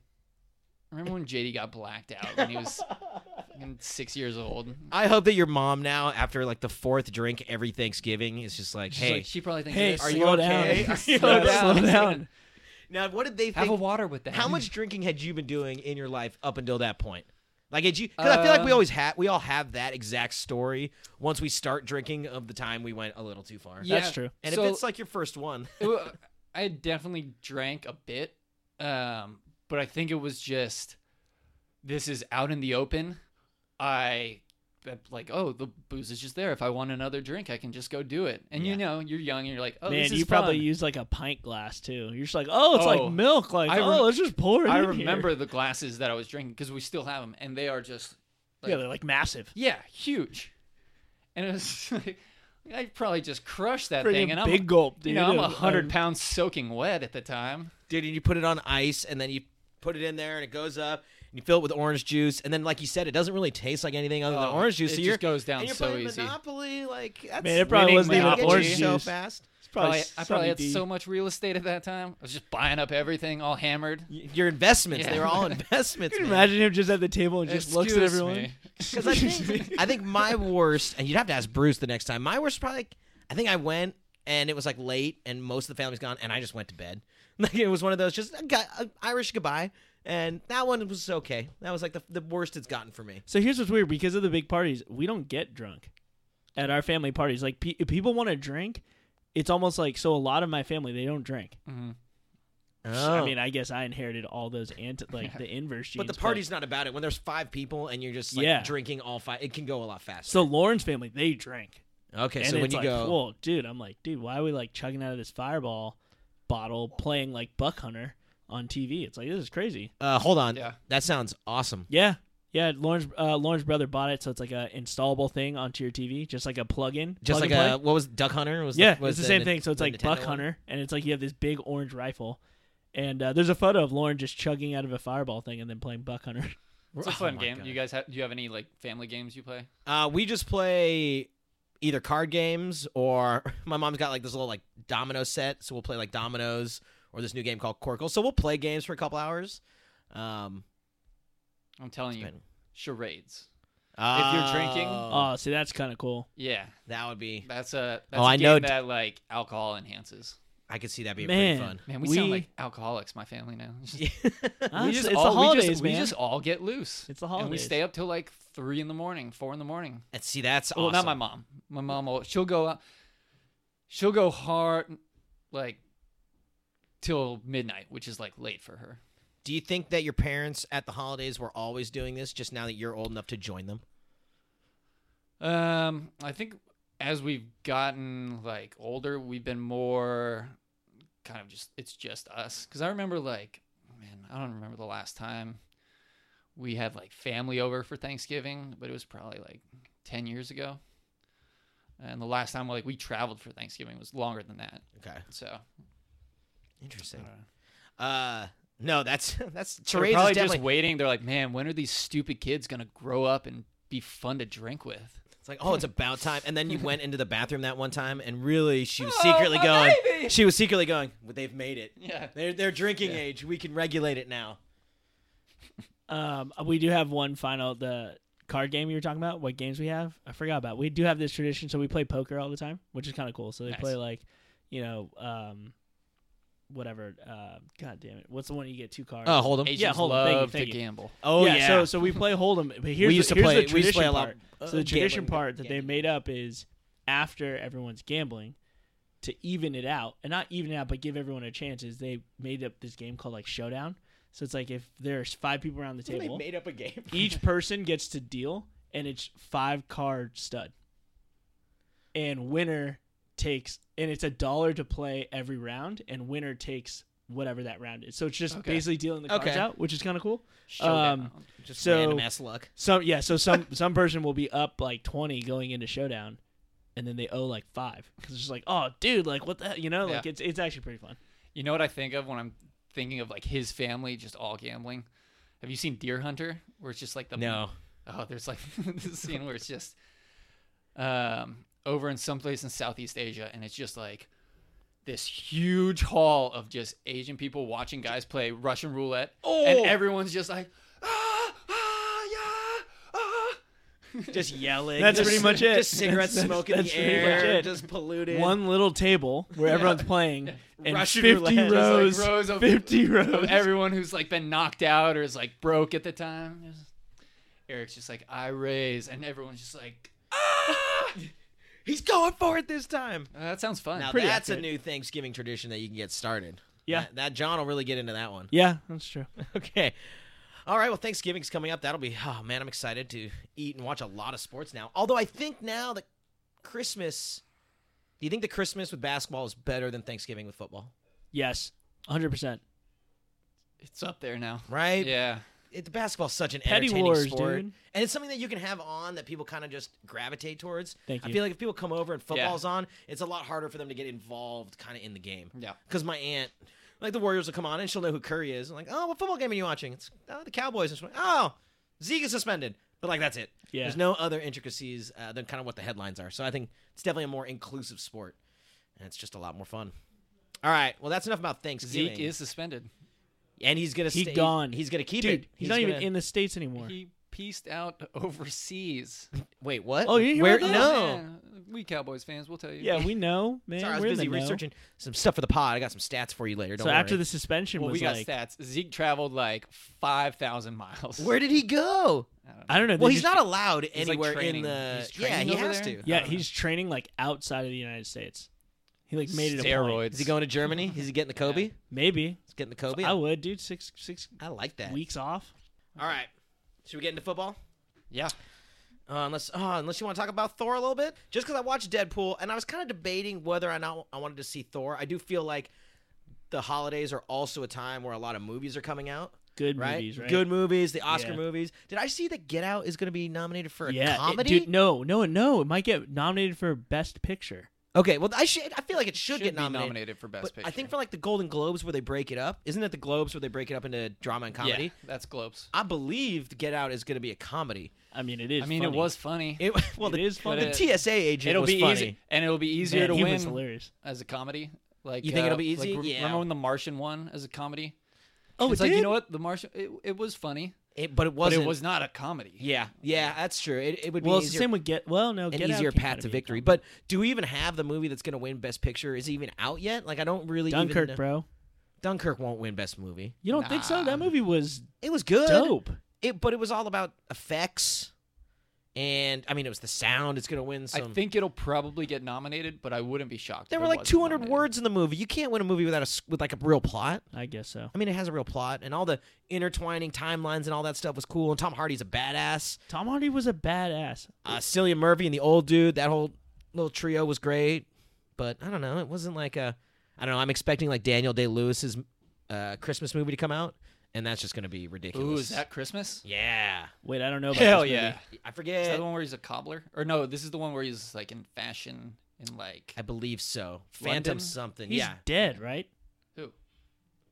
Speaker 3: remember when JD got blacked out when he was fucking six years old?"
Speaker 1: I hope that your mom now, after like the fourth drink every Thanksgiving, is just like,
Speaker 3: She's
Speaker 1: "Hey,
Speaker 3: like- she probably thinks,
Speaker 2: Hey,
Speaker 3: this.
Speaker 1: are you
Speaker 2: slow
Speaker 1: okay?
Speaker 2: down.
Speaker 1: Are you
Speaker 2: slow
Speaker 1: okay?
Speaker 2: down. Slow down.
Speaker 1: now what did they
Speaker 3: have
Speaker 1: think?
Speaker 3: a water with that?"
Speaker 1: how much drinking had you been doing in your life up until that point? Like, had you? Because I feel like we
Speaker 3: Uh,
Speaker 1: always have, we all have that exact story once we start drinking of the time we went a little too far.
Speaker 3: Yeah.
Speaker 2: That's true.
Speaker 1: And
Speaker 3: so-
Speaker 1: if it's like your first one,
Speaker 3: It wa- I definitely drank a bit, um, but I think it was just this is out in the open. I I'm like oh the booze is just there. If I want another drink, I can just go do it. And
Speaker 1: Yeah.
Speaker 3: you know you're young and you're like oh
Speaker 2: Man,
Speaker 3: this is
Speaker 2: you probably
Speaker 3: fun.
Speaker 2: use like a pint glass too. You're just like, oh, it's
Speaker 3: Oh.
Speaker 2: like milk. Like,
Speaker 3: I rem-
Speaker 2: oh, let's just pour it.
Speaker 3: I
Speaker 2: in here."
Speaker 3: remember the glasses that I was drinking because we still have them and they are just
Speaker 2: yeah, they're like massive.
Speaker 3: yeah huge, and it was like, I probably just crushed that
Speaker 2: Friggin'
Speaker 3: thing and I'm
Speaker 2: big gulp, dude.
Speaker 3: you know I'm a
Speaker 2: of-
Speaker 3: hundred
Speaker 2: of-
Speaker 3: pounds soaking wet at the time.
Speaker 1: dude, and you put it on ice, and then you put it in there, and it goes up, and you fill it with orange juice, and then, like you said, it doesn't really taste like anything other than
Speaker 3: Oh,
Speaker 1: orange juice.
Speaker 3: it
Speaker 1: so you're
Speaker 3: just goes down
Speaker 1: and you're
Speaker 3: so
Speaker 1: playing
Speaker 3: easy.
Speaker 1: Monopoly, like that's
Speaker 2: Man, it probably wasn't
Speaker 3: winning
Speaker 2: even
Speaker 3: Monopoly.
Speaker 2: orange
Speaker 1: Get
Speaker 2: juice.
Speaker 1: you so fast.
Speaker 2: It's probably,
Speaker 3: Probably- I probably had
Speaker 2: 70.
Speaker 3: so much real estate at that time. I was just buying up everything, all hammered.
Speaker 1: Y- Your investments, they
Speaker 3: Yeah.
Speaker 1: were all investments.
Speaker 2: Can you
Speaker 1: man.
Speaker 2: imagine him just at the table and just looks at
Speaker 3: Excuse
Speaker 2: everyone?
Speaker 3: me.
Speaker 1: Because I think I think my worst, and you'd have to ask Bruce the next time. My worst, probably. Like, I think I went and it was like late, and most of the family's gone, and I just went to bed. Like it was one of those just a, gu- a Irish goodbye, and that one was okay. That was like the the worst it's gotten for me.
Speaker 2: So here's what's weird because of the big parties, we don't get drunk at our family parties. Like, pe- if people want to drink, it's almost like so. A lot of my family they don't drink.
Speaker 3: Mhm.
Speaker 2: I mean, I guess I inherited all those anti like the inverse genes.
Speaker 1: Oh. but the party's not about it. When there's five people and you're just like
Speaker 2: Yeah.
Speaker 1: drinking all five, it can go a lot faster.
Speaker 2: so Lauren's family they drank,
Speaker 1: okay,
Speaker 2: and
Speaker 1: so
Speaker 2: it's
Speaker 1: when you
Speaker 2: like,
Speaker 1: go,
Speaker 2: "Whoa, dude!" I'm like, "Dude, why are we like chugging out of this fireball bottle, playing like Buck Hunter on TV?" It's like this is crazy.
Speaker 1: uh, hold on,
Speaker 3: Yeah.
Speaker 1: that sounds awesome.
Speaker 2: Yeah, yeah. Lauren's uh, Lauren's brother bought it, so it's like a installable thing onto your TV, just like a plug-in.
Speaker 1: Just
Speaker 2: plug
Speaker 1: like
Speaker 2: and play.
Speaker 1: a, what was Duck Hunter? Was the-
Speaker 2: yeah,
Speaker 1: was
Speaker 2: it's the same
Speaker 1: Nin-
Speaker 2: thing. So it's
Speaker 1: the
Speaker 2: like
Speaker 1: Nintendo
Speaker 2: Buck
Speaker 1: one?
Speaker 2: Hunter, and it's like you have this big orange rifle, and uh, there's a photo of Lauren just chugging out of a fireball thing and then playing Buck Hunter.
Speaker 3: It's
Speaker 1: Oh
Speaker 3: a fun
Speaker 1: my
Speaker 3: game.
Speaker 1: God.
Speaker 3: You guys have? Do you have any like family games you play?
Speaker 1: Uh, we just play either card games or my mom's got like this little like domino set, so we'll play like dominoes or this new game called Corkle. So we'll play games for a couple hours. Um,
Speaker 3: I'm telling you,
Speaker 1: been-
Speaker 3: charades. If you're drinking,
Speaker 1: oh,
Speaker 2: Oh, see, that's kind of cool.
Speaker 3: Yeah,
Speaker 1: that would be.
Speaker 3: that's a that's
Speaker 1: Oh,
Speaker 3: a
Speaker 1: I
Speaker 3: game
Speaker 1: know d-
Speaker 3: that like alcohol enhances.
Speaker 1: I could see that being
Speaker 2: Man.
Speaker 1: pretty fun.
Speaker 3: Man, we,
Speaker 2: We-
Speaker 3: sound like alcoholics. My family now.
Speaker 1: Yeah.
Speaker 2: Ah,
Speaker 3: we
Speaker 2: it's,
Speaker 3: just
Speaker 2: it's
Speaker 3: all,
Speaker 2: the holidays,
Speaker 3: we just,
Speaker 2: man.
Speaker 3: We just all get loose.
Speaker 2: it's the
Speaker 3: and
Speaker 2: holidays.
Speaker 3: we stay up till like three in the morning, four in the morning.
Speaker 1: And see, that's
Speaker 3: Well, not
Speaker 1: awesome.
Speaker 3: my mom. My mom will she'll go out she'll go hard like till midnight, which is like late for her.
Speaker 1: Do you think that your parents at the holidays were always doing this? Just now that you're old enough to join them,
Speaker 3: Um, I think as we've gotten like older, we've been more kind of just it's just us. Because I remember like man, I don't remember the last time we had like family over for Thanksgiving, but it was probably like ten years ago. And the last time like we traveled for Thanksgiving was longer than that.
Speaker 1: okay,
Speaker 3: So I
Speaker 1: interesting.
Speaker 3: don't know.
Speaker 1: Uh, no, that's that's
Speaker 3: They're
Speaker 1: charades. is
Speaker 3: probably
Speaker 1: definitely-
Speaker 3: just waiting. They're like, man, when are these stupid kids gonna grow up and be fun to drink with?
Speaker 1: It's like, oh, it's about time. And then you went into the bathroom that one time, and really,
Speaker 2: Oh,
Speaker 1: she was secretly going. She was secretly going. Well, they've made it.
Speaker 3: Yeah.
Speaker 1: They're they're drinking
Speaker 3: Yeah.
Speaker 1: age. We can regulate it now.
Speaker 2: Um, we do have one final the card game you were talking about. What games we have? I forgot about. We do have this tradition, so we play poker all the time, which is kind of cool. So they
Speaker 3: Nice.
Speaker 2: play like, you know, um, whatever. Uh, God damn it, what's the one you get two cards?
Speaker 1: Oh, hold on.
Speaker 3: Asians
Speaker 2: Yeah, hold on.
Speaker 3: love
Speaker 2: Thank you, thank
Speaker 3: to
Speaker 2: you.
Speaker 3: gamble.
Speaker 1: Oh yeah.
Speaker 2: So so we play hold'em. But here's
Speaker 1: we used
Speaker 2: the,
Speaker 1: to
Speaker 2: here's
Speaker 1: play.
Speaker 2: the
Speaker 1: we used to play
Speaker 2: tradition
Speaker 1: a lot.
Speaker 2: part. So the
Speaker 1: uh,
Speaker 2: tradition
Speaker 1: gambling-
Speaker 2: part that they
Speaker 1: gambling.
Speaker 2: made up is after everyone's gambling to even it out and not even it out, but give everyone a chance. Is they made up this game called like Showdown. So it's like if there's five people around the
Speaker 1: They
Speaker 2: table,
Speaker 1: made up a game.
Speaker 2: each person gets to deal, and it's five card stud. And winner takes, and it's a dollar to play every round, and winner takes whatever that round is. So it's just
Speaker 3: Okay.
Speaker 2: basically dealing the cards
Speaker 1: Okay.
Speaker 2: out, which is kind of cool.
Speaker 3: Showdown.
Speaker 1: Just
Speaker 2: Um, so-
Speaker 1: random ass luck.
Speaker 2: Some yeah, so some some person will be up like twenty going into showdown, and then they owe like five because it's just like, oh, dude, like what the hell? you know, like
Speaker 3: Yeah.
Speaker 2: it's it's actually pretty fun.
Speaker 3: you know what I think of when I'm thinking of like his family, just all gambling. Have you seen Deer Hunter, where it's just like the
Speaker 1: No.
Speaker 3: Oh, there's like this scene where it's just um, over in someplace in Southeast Asia, and it's just like this huge hall of just Asian people watching guys play Russian roulette,
Speaker 1: Oh!
Speaker 3: and everyone's just like, ah, ah, yeah, ah.
Speaker 1: Just yelling.
Speaker 2: That's
Speaker 1: just-
Speaker 2: pretty much it.
Speaker 1: Just cigarette
Speaker 2: That's-
Speaker 1: smoke in
Speaker 2: that's-
Speaker 1: the
Speaker 2: that's pretty much
Speaker 1: air.
Speaker 2: it.
Speaker 1: Just polluted.
Speaker 2: One little table where everyone's playing and
Speaker 1: Russian
Speaker 2: 50
Speaker 1: roulette. Just like
Speaker 2: rows,
Speaker 3: Just like rows of
Speaker 2: 50
Speaker 3: of
Speaker 2: rows.
Speaker 3: everyone who's like been knocked out or is like broke at the time. Just- Eric's just like I raise, and everyone's just like
Speaker 1: He's going for it this time.
Speaker 3: "Uh, that sounds fun.
Speaker 1: Now
Speaker 2: Pretty
Speaker 1: that's
Speaker 2: accurate.
Speaker 1: a new Thanksgiving tradition that you can get started.
Speaker 2: Yeah.
Speaker 1: That, that John will really get into that one.
Speaker 2: yeah, that's true.
Speaker 1: Okay. All right. Well, Thanksgiving's coming up. That'll be, oh, man, I'm excited to eat and watch a lot of sports now. Although I think now that Christmas, do you think that Christmas with basketball is better than Thanksgiving with football?
Speaker 2: Yes, 100%.
Speaker 3: It's up there now.
Speaker 1: Right?
Speaker 3: Yeah,
Speaker 1: It, the basketball's such an
Speaker 2: Petty
Speaker 1: entertaining
Speaker 2: wars,
Speaker 1: sport.
Speaker 2: dude.
Speaker 1: And it's something that you can have on that people kind of just gravitate towards.
Speaker 2: Thank
Speaker 1: I
Speaker 2: you.
Speaker 1: feel like if people come over and football's on, it's a lot harder for them to get involved kind of in the game.
Speaker 3: yeah.
Speaker 1: because my aunt, like the Warriors will come on and she'll know who Curry is. I'm like, oh, what football game are you watching? It's oh, the Cowboys. And she's like, oh, Zeke is suspended. But like that's it.
Speaker 2: Yeah.
Speaker 1: There's no other intricacies uh, than kind of what the headlines are. So I think it's definitely a more inclusive sport, and it's just a lot more fun. All right. Well, that's enough about Thanksgiving.
Speaker 3: Zeke is suspended.
Speaker 1: and he's gonna
Speaker 2: He
Speaker 1: stay.
Speaker 2: gone.
Speaker 1: He's gonna keep
Speaker 2: Dude,
Speaker 1: it.
Speaker 2: he's, not even
Speaker 1: gonna-
Speaker 2: in the States anymore.
Speaker 3: He pieced out overseas.
Speaker 1: Wait, what?
Speaker 2: Oh, you didn't hear
Speaker 1: Where?
Speaker 2: about that?
Speaker 1: No.
Speaker 3: Man, we Cowboys fans, we'll tell you.
Speaker 2: yeah, we know, man.
Speaker 1: Sorry, I was
Speaker 2: We're in
Speaker 1: busy
Speaker 2: the know.
Speaker 1: researching some stuff for the pod. I got some stats for you later. Don't
Speaker 2: So after
Speaker 1: worry.
Speaker 2: the suspension
Speaker 3: Well,
Speaker 2: was
Speaker 3: we got
Speaker 2: like,
Speaker 3: stats. Zeke traveled like five thousand miles.
Speaker 1: where did he go?
Speaker 3: I don't know.
Speaker 2: I don't know.
Speaker 1: Well,
Speaker 2: they
Speaker 1: he's
Speaker 2: just-
Speaker 1: not allowed
Speaker 3: like,
Speaker 1: anywhere in
Speaker 3: training.
Speaker 1: the.
Speaker 3: He's
Speaker 1: Yeah,
Speaker 3: training
Speaker 1: he
Speaker 3: over
Speaker 1: has
Speaker 3: there?
Speaker 1: to.
Speaker 2: Yeah,
Speaker 3: don't know.
Speaker 2: he's training like outside of the United States. He like made it a point.
Speaker 3: steroids.
Speaker 1: Is he going to Germany? Is he getting the Kobe?
Speaker 2: Maybe
Speaker 1: He's getting the Kobe.
Speaker 2: I would, dude. Six six
Speaker 1: I like that.
Speaker 2: weeks off.
Speaker 1: All right. Should we get into football?
Speaker 3: Yeah.
Speaker 1: Uh, unless, uh, unless you want to talk about Thor a little bit, just because I watched Deadpool and I was kind of debating whether or not I wanted to see Thor. I do feel like the holidays are also a time where a lot of movies are coming out,
Speaker 2: Good
Speaker 1: right?
Speaker 2: movies, right?
Speaker 1: Good movies, the Oscar
Speaker 2: Yeah.
Speaker 1: movies. Did I see that Get Out is going to be nominated for a
Speaker 2: yeah, it-
Speaker 1: comedy?
Speaker 2: dude, no, no, no. It might get nominated for best picture.
Speaker 1: okay, well, I should. I feel like it should, get
Speaker 3: be
Speaker 1: nominated.
Speaker 3: nominated for best
Speaker 1: but
Speaker 3: picture.
Speaker 1: I think for like the Golden Globes where they break it up, isn't it the Globes where they break it up into drama and comedy?
Speaker 3: Yeah, that's Globes.
Speaker 1: I believe the Get Out is going to be a comedy.
Speaker 2: I mean, it is.
Speaker 3: I mean,
Speaker 2: funny.
Speaker 3: it was funny.
Speaker 1: It, well,
Speaker 2: It
Speaker 1: the,
Speaker 2: is funny.
Speaker 1: the TSA agent
Speaker 3: It'll
Speaker 1: was
Speaker 3: be
Speaker 1: funny.
Speaker 3: easy, and it'll be easier
Speaker 2: Man,
Speaker 3: to
Speaker 2: he
Speaker 3: win
Speaker 2: was hilarious.
Speaker 3: as a comedy. Like
Speaker 1: You think
Speaker 3: uh,
Speaker 1: it'll be
Speaker 3: like,
Speaker 1: easy?
Speaker 3: rem-
Speaker 1: Yeah.
Speaker 3: Remember when The Martian won as a comedy?
Speaker 2: Oh,
Speaker 3: it's
Speaker 2: it
Speaker 3: like
Speaker 2: did?
Speaker 3: you know what? The Martian. It, it was funny,
Speaker 1: It, but it
Speaker 3: but
Speaker 1: wasn't.
Speaker 3: it was not a comedy.
Speaker 1: Yeah, yeah, that's true. It, it would be
Speaker 2: Well, it's the
Speaker 1: easier,
Speaker 2: same with get. Well, no,
Speaker 1: an
Speaker 2: Get Out
Speaker 1: easier
Speaker 2: can
Speaker 1: path
Speaker 2: kinda
Speaker 1: to
Speaker 2: be a
Speaker 1: victory.
Speaker 2: comedy.
Speaker 1: But do we even have the movie that's going to win Best Picture? Is it even out yet? Like, I don't really. even
Speaker 2: Dunkirk,
Speaker 1: know-
Speaker 2: bro.
Speaker 1: Dunkirk won't win Best Movie.
Speaker 2: You don't think so?
Speaker 3: Nah.
Speaker 2: That movie was
Speaker 1: It was good,
Speaker 2: dope.
Speaker 1: It, but it was all about effects, and I mean, it was the sound. It's going to win
Speaker 3: I
Speaker 1: some.
Speaker 3: think it'll probably get nominated, but I wouldn't be shocked.
Speaker 1: there
Speaker 3: if
Speaker 1: were
Speaker 3: it
Speaker 1: like
Speaker 3: wasn't
Speaker 1: 200
Speaker 3: nominated.
Speaker 1: words in the movie. You can't win a movie without a s- with like a real plot.
Speaker 2: I guess so.
Speaker 1: I mean, it has a real plot, and all the intertwining timelines and all that stuff was cool. And Tom Hardy's a badass.
Speaker 2: Tom Hardy was a badass.
Speaker 1: uh, Cillian Murphy and the old dude. That whole little trio was great, but I don't know. It wasn't like a. I don't know. I'm expecting like Daniel Day Lewis's uh, Christmas movie to come out, and that's just going to be ridiculous.
Speaker 3: Ooh, is that Christmas?
Speaker 1: Yeah,
Speaker 2: Wait, I don't know about
Speaker 3: Hell
Speaker 2: this movie. Eh.
Speaker 3: yeah!
Speaker 1: I
Speaker 3: Is that
Speaker 1: forget.
Speaker 3: the one where he's a cobbler? Or no, this is the one where he's like in fashion and like
Speaker 1: I believe so.
Speaker 3: London?
Speaker 1: Phantom something.
Speaker 2: He's
Speaker 1: yeah,
Speaker 2: dead, right?
Speaker 3: who?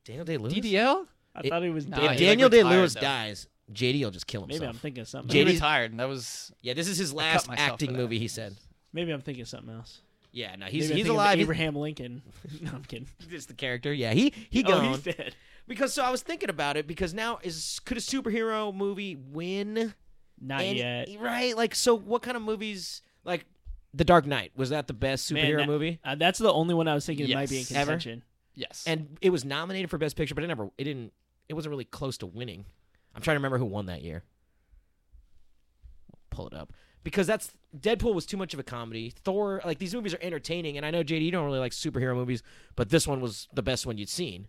Speaker 1: Daniel Day Lewis.
Speaker 3: DDL?
Speaker 2: I
Speaker 1: It-
Speaker 2: thought he was
Speaker 3: Nah,
Speaker 2: dead.
Speaker 1: If
Speaker 3: he's, like,
Speaker 1: Daniel Day
Speaker 3: retired,
Speaker 1: Lewis
Speaker 3: though.
Speaker 1: dies, JD will just kill
Speaker 2: Maybe
Speaker 1: himself.
Speaker 2: I'm thinking of something.
Speaker 3: He
Speaker 1: JD 's-
Speaker 3: retired. and That was
Speaker 1: yeah, this is his
Speaker 3: I cut
Speaker 1: last
Speaker 3: myself for
Speaker 1: acting
Speaker 3: that.
Speaker 1: movie. He said.
Speaker 2: Maybe I'm thinking of something else.
Speaker 1: Yeah, no, he's
Speaker 2: Maybe I'm
Speaker 1: he's
Speaker 2: thinking of
Speaker 1: alive. He's
Speaker 2: Abraham Lincoln. no, I'm kidding.
Speaker 1: just the character. Yeah, he he
Speaker 2: Oh,
Speaker 1: gone.
Speaker 2: he's dead.
Speaker 1: Because so I was thinking about it because now is could a superhero movie win?
Speaker 2: Not
Speaker 1: And-
Speaker 2: yet.
Speaker 1: Right? Like so what kind of movies like The Dark Knight was that the best
Speaker 2: Man,
Speaker 1: superhero
Speaker 2: that-
Speaker 1: movie?
Speaker 2: Uh, that's the only one I was thinking it might be in
Speaker 3: Yes.
Speaker 1: Ever?
Speaker 2: contention.
Speaker 3: yes.
Speaker 1: And it was nominated for best picture but it never it didn't it wasn't really close to winning. I'm trying to remember who won that year. Pull it up. Because that's Deadpool was too much of a comedy. Thor, like these movies are entertaining and I know JD you don't really like superhero movies, but this one was the best one you'd seen.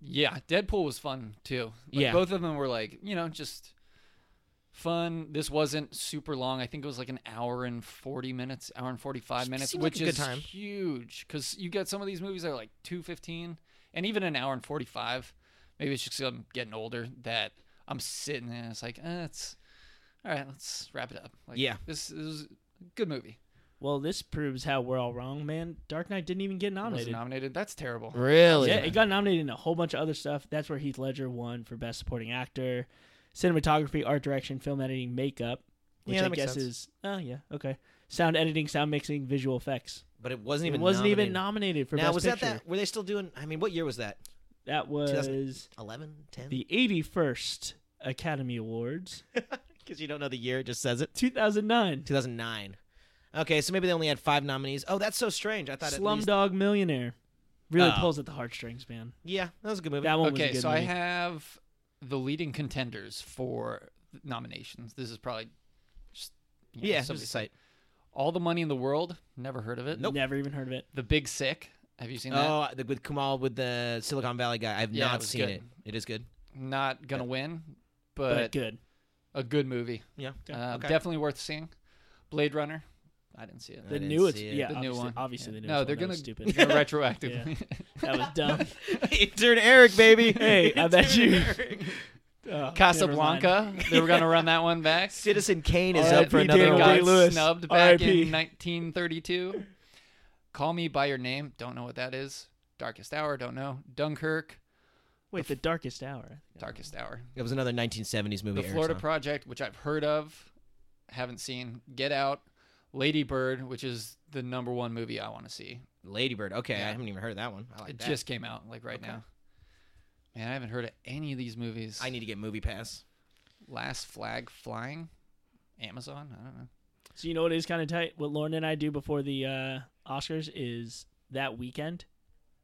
Speaker 3: yeah, Deadpool was fun too. Like,
Speaker 1: Yeah.
Speaker 3: both of them were like you know just fun. This wasn't super long. I think it was like an hour and forty minutes, hour and forty five
Speaker 1: It
Speaker 3: minutes,
Speaker 1: seemed like
Speaker 3: which
Speaker 1: a good
Speaker 3: is
Speaker 1: time.
Speaker 3: huge because you get some of these movies that are like two fifteen, and even an hour and forty five. Maybe it's just 'cause I'm getting older that I'm sitting there and it's like eh, it's all right. Let's wrap it up. Like,
Speaker 1: Yeah.
Speaker 3: this is a good movie.
Speaker 2: Well, this proves how we're all wrong, man. Dark Knight didn't even get
Speaker 3: It Was
Speaker 2: nominated.
Speaker 3: nominated. That's terrible.
Speaker 1: Really?
Speaker 2: Yeah, it got nominated in a whole bunch of other stuff. That's where Heath Ledger won for Best Supporting Actor. cinematography, art direction, film editing, makeup, which
Speaker 1: Yeah, that
Speaker 2: I
Speaker 1: makes
Speaker 2: guess
Speaker 1: sense.
Speaker 2: is oh yeah, okay. Sound editing, sound mixing, visual effects.
Speaker 1: But it wasn't
Speaker 2: It
Speaker 1: even
Speaker 2: wasn't even
Speaker 1: nominated.
Speaker 2: nominated for
Speaker 1: Now
Speaker 2: best
Speaker 1: was
Speaker 2: picture.
Speaker 1: that that? Were they still doing? I mean, what year was that?
Speaker 2: That was
Speaker 1: 2000. 11, 10?
Speaker 2: the 81st Academy Awards,
Speaker 1: Because you don't know the year, it just says it.
Speaker 2: 2009.
Speaker 1: 2009. Okay, so maybe they only had five nominees. Oh, that's so strange. I thought at least.
Speaker 2: Slumdog Millionaire really
Speaker 1: Oh.
Speaker 2: pulls at the heartstrings, man.
Speaker 1: Yeah, that was a good movie.
Speaker 2: That one was a
Speaker 3: Okay,
Speaker 2: good
Speaker 3: so I
Speaker 2: movie.
Speaker 3: have the leading contenders for nominations. This is probably just you know,
Speaker 1: yeah,
Speaker 3: somebody-
Speaker 1: just a site.
Speaker 3: all the money in the world. Never heard of it.
Speaker 1: Nope.
Speaker 2: Never even heard of it.
Speaker 3: The Big Sick. Have you seen that?
Speaker 1: Oh, the, with Kumal with the Silicon Valley guy. I've
Speaker 3: Yeah, it
Speaker 1: not
Speaker 3: was
Speaker 1: seen
Speaker 3: good.
Speaker 1: it. It is good.
Speaker 3: Not gonna win,
Speaker 2: But,
Speaker 3: but
Speaker 2: good.
Speaker 3: a good movie.
Speaker 1: Yeah.
Speaker 3: Uh,
Speaker 1: okay.
Speaker 3: Definitely worth seeing. Blade Runner. I didn't see it.
Speaker 1: I
Speaker 2: The
Speaker 1: didn't
Speaker 2: newest,
Speaker 1: see it.
Speaker 2: yeah,
Speaker 3: The new
Speaker 2: obviously,
Speaker 3: one.
Speaker 2: obviously the
Speaker 3: Yeah.
Speaker 2: newest.
Speaker 3: No,
Speaker 2: one.
Speaker 3: they're
Speaker 2: That
Speaker 3: gonna,
Speaker 2: was
Speaker 3: they're
Speaker 2: stupid.
Speaker 3: gonna retroactively.
Speaker 2: that was dumb.
Speaker 1: Intern Eric, baby.
Speaker 2: Hey, I bet
Speaker 1: Intern
Speaker 2: you-
Speaker 1: Eric.
Speaker 2: Oh, never mind.
Speaker 3: Casablanca. they were gonna run that one back.
Speaker 1: Citizen Kane is
Speaker 2: R.I.P.
Speaker 1: up for
Speaker 2: Daniel
Speaker 1: another
Speaker 3: got
Speaker 1: one.
Speaker 2: Day-Lewis. Lewis.
Speaker 3: snubbed back
Speaker 2: R.I.P..
Speaker 3: in 1932. Call Me by Your Name. Don't know what that is. Darkest Hour. Don't know. Dunkirk.
Speaker 2: Wait, the darkest hour.
Speaker 3: Darkest Hour.
Speaker 1: It was another 1970s movie.
Speaker 3: The Florida
Speaker 1: Eric saw.
Speaker 3: Project, which I've heard of, haven't seen. Get Out. Lady Bird, which is the number one movie I want to see.
Speaker 1: Lady Bird. Okay,
Speaker 3: Yeah.
Speaker 1: I haven't even heard of that one. I like
Speaker 3: it
Speaker 1: that.
Speaker 3: just came out like right
Speaker 1: Okay.
Speaker 3: now. Man, I haven't heard of any of these movies.
Speaker 1: I need to get Movie Pass.
Speaker 3: Last Flag Flying. Amazon. I don't know.
Speaker 2: So you know what is kind of tight? What Lauren and I do before the uh, Oscars is that weekend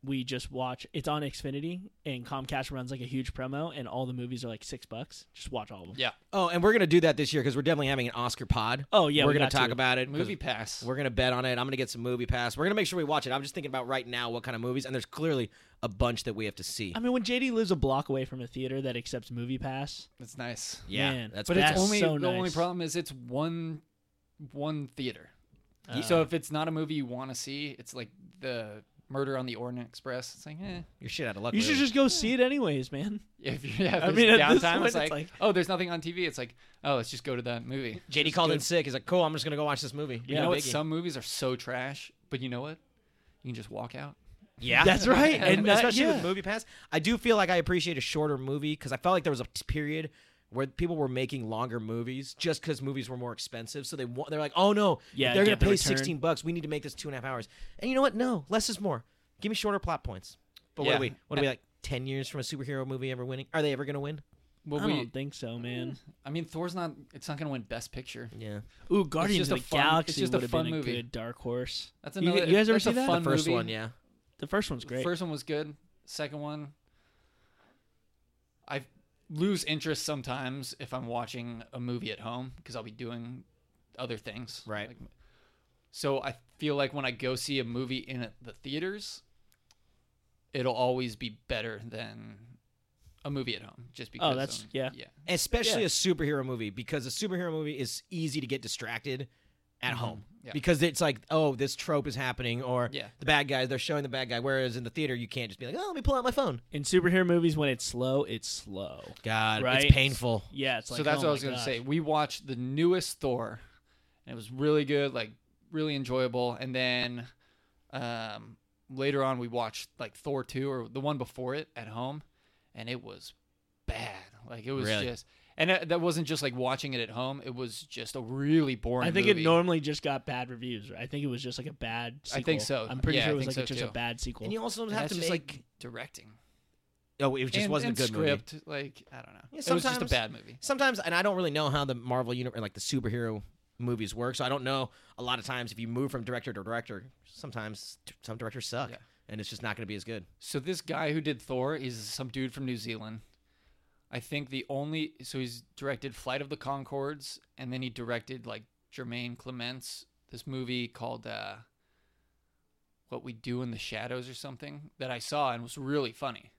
Speaker 2: we just watch. It's on Xfinity and Comcast runs like a huge promo, and all the movies are like six bucks. Just watch all of them.
Speaker 3: Yeah.
Speaker 1: Oh, and we're gonna do that this year because we're definitely having an Oscar pod.
Speaker 2: Oh yeah,
Speaker 1: we're
Speaker 2: we
Speaker 1: gonna
Speaker 2: got
Speaker 1: talk
Speaker 2: to.
Speaker 1: about it. 'cause
Speaker 3: Movie Pass.
Speaker 1: We're gonna bet on it. I'm gonna get some movie pass. We're gonna make sure we watch it. I'm just thinking about right now what kind of movies, and there's clearly a bunch that we have to see.
Speaker 2: I mean, when JD lives a block away from a theater that accepts Movie Pass,
Speaker 3: It's nice.
Speaker 1: yeah,
Speaker 2: man,
Speaker 1: that's
Speaker 2: but
Speaker 3: but it's
Speaker 2: That's
Speaker 3: only
Speaker 2: so
Speaker 3: the only
Speaker 2: nice.
Speaker 3: problem is it's one one theater.
Speaker 2: Uh,
Speaker 3: so if it's not a movie you want to see, it's like the Murder on the Orient Express. It's like, eh.
Speaker 1: you're shit out of luck.
Speaker 2: you should
Speaker 1: really.
Speaker 2: just go see it anyways, man.
Speaker 3: If you have
Speaker 2: I
Speaker 3: this
Speaker 2: mean, at this
Speaker 3: downtime,
Speaker 2: point,
Speaker 3: it's
Speaker 2: it's
Speaker 3: like,
Speaker 2: like-
Speaker 3: oh, there's nothing on TV. It's like, oh, let's just go to that movie.
Speaker 1: JD called in sick. He's like, "Cool, I'm just gonna go watch this movie."
Speaker 3: You
Speaker 2: Yeah,
Speaker 3: know
Speaker 1: No
Speaker 3: what?
Speaker 1: biggie.
Speaker 3: Some movies are so trash, but you know what? You can just walk out.
Speaker 1: yeah,
Speaker 2: That's right,
Speaker 1: And,
Speaker 2: and that-
Speaker 1: especially
Speaker 2: yeah.
Speaker 1: with movie pass, I do feel like I appreciate a shorter movie because I felt like there was a period where people were making longer movies just because movies were more expensive. So they wa- they're like, "Oh no, if
Speaker 2: Yeah,
Speaker 1: they're gonna
Speaker 2: get the
Speaker 1: pay
Speaker 2: return.
Speaker 1: 16 bucks. We need to make this two and a half hours." And you know what? No, less is more. Give me shorter plot points. But what
Speaker 3: Yeah.
Speaker 1: are we? What are we like? Ten years from a superhero movie ever winning? Are they ever gonna win?
Speaker 3: Well,
Speaker 2: I
Speaker 3: we,
Speaker 2: don't think so, man.
Speaker 3: I mean, Thor's not. It's not going to win Best Picture.
Speaker 1: Yeah.
Speaker 2: Ooh, Guardians
Speaker 3: just
Speaker 2: of
Speaker 3: a
Speaker 2: the
Speaker 3: fun- it's
Speaker 2: Galaxy
Speaker 3: just a
Speaker 2: would have
Speaker 3: fun
Speaker 2: been a
Speaker 3: movie.
Speaker 2: good dark horse.
Speaker 3: That's
Speaker 2: You-
Speaker 3: another.
Speaker 2: you guys ever
Speaker 3: that's
Speaker 2: see
Speaker 3: a
Speaker 2: that?
Speaker 3: Fun
Speaker 1: the first
Speaker 3: movie.
Speaker 1: one, yeah.
Speaker 2: The first one's great.
Speaker 3: First one was good. Second one, I lose interest sometimes if I'm watching a movie at home because I'll be doing other things.
Speaker 1: Right.
Speaker 3: Like- so I feel like when I go see a movie in a- the theaters, it'll always be better than a movie at home. Just because.
Speaker 2: Oh, that's-
Speaker 3: um,
Speaker 2: yeah.
Speaker 3: Yeah.
Speaker 1: Especially
Speaker 2: Yeah.
Speaker 1: a superhero movie because a superhero movie is easy to get distracted at home
Speaker 3: yeah.
Speaker 1: because it's like, oh, this trope is happening or
Speaker 3: Yeah.
Speaker 1: the bad guys, they're showing the bad guy. Whereas in the theater, you can't just be like, oh, let me pull out my phone.
Speaker 2: In superhero movies, when it's slow, it's slow.
Speaker 1: God,
Speaker 2: Right.
Speaker 1: it's painful.
Speaker 2: Yeah, it's like
Speaker 3: so
Speaker 2: oh
Speaker 3: that's what I
Speaker 2: my
Speaker 3: was gonna
Speaker 2: gosh.
Speaker 3: say. We watched the newest Thor, and it was really good, like really enjoyable. And then um, later on, we watched like Thor two or the one before it at home, and it was bad. Like it was
Speaker 1: Really?
Speaker 3: just, and that that wasn't just like watching it at home. It was just a really boring.
Speaker 2: I think
Speaker 3: movie.
Speaker 2: it normally just got bad reviews. Right? I think it was just like a bad. Sequel.
Speaker 3: I think so.
Speaker 2: I'm pretty
Speaker 3: Yeah,
Speaker 2: sure
Speaker 3: I
Speaker 2: it was like
Speaker 3: think so,
Speaker 2: just a
Speaker 3: too.
Speaker 2: bad sequel.
Speaker 1: And you also
Speaker 3: And
Speaker 1: have
Speaker 3: that's
Speaker 1: to
Speaker 3: just
Speaker 1: make.
Speaker 3: like directing.
Speaker 1: oh, it just
Speaker 3: And-
Speaker 1: wasn't
Speaker 3: and
Speaker 1: a good movie.
Speaker 3: script, Like I don't know.
Speaker 1: Yeah,
Speaker 3: it was just a
Speaker 1: sometimes-
Speaker 3: bad movie.
Speaker 1: sometimes and i don't really know how the marvel universe like the superhero movies work so i don't know a lot of times if you move from director to director sometimes t- some directors suck
Speaker 3: Yeah.
Speaker 1: and it's just not going to be as good
Speaker 3: So this guy who did Thor is some dude from New Zealand. I think the only so he's directed Flight of the Concords and then he directed like Jermaine Clements this movie called uh What We Do in the Shadows or something that I saw and was really funny.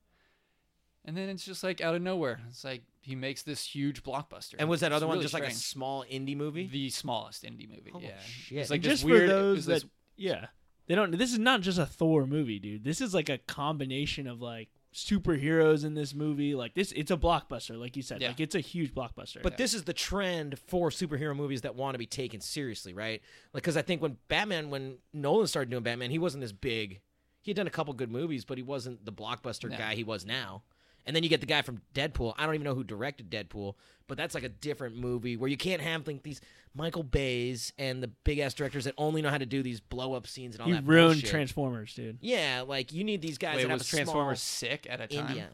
Speaker 3: And then it's just like out of nowhere. It's like he makes this huge blockbuster.
Speaker 1: and was that
Speaker 3: It's
Speaker 1: other one
Speaker 3: really
Speaker 1: just like a
Speaker 3: strange.
Speaker 1: small indie movie
Speaker 3: the smallest indie movie?
Speaker 1: Holy
Speaker 3: yeah.
Speaker 1: shit.
Speaker 3: It's
Speaker 1: And
Speaker 3: like this
Speaker 2: just for
Speaker 3: weird, it
Speaker 2: those
Speaker 3: was this
Speaker 2: that yeah, they don't. This is not just a Thor movie, dude. This is like a combination of like superheroes in this movie. Like this, it's a blockbuster, like you said.
Speaker 3: Yeah.
Speaker 2: Like it's a huge blockbuster.
Speaker 1: but this is the trend for superhero movies that want to be taken seriously right like because i think when batman when nolan started doing batman he wasn't as big he had done a couple good movies but he wasn't the blockbuster
Speaker 3: No.
Speaker 1: guy he was now And then you get the guy from Deadpool. I don't even know who directed Deadpool, but that's like a different movie where you can't have like these Michael Bay's and the big ass directors that only know how to do these blow up scenes and all
Speaker 2: He
Speaker 1: that.
Speaker 2: ruined
Speaker 1: bullshit.
Speaker 2: Transformers, dude.
Speaker 1: Yeah, like you need these guys
Speaker 3: Wait,
Speaker 1: that have
Speaker 3: was
Speaker 1: a
Speaker 3: Transformers
Speaker 1: small
Speaker 3: sick at a time?
Speaker 1: India.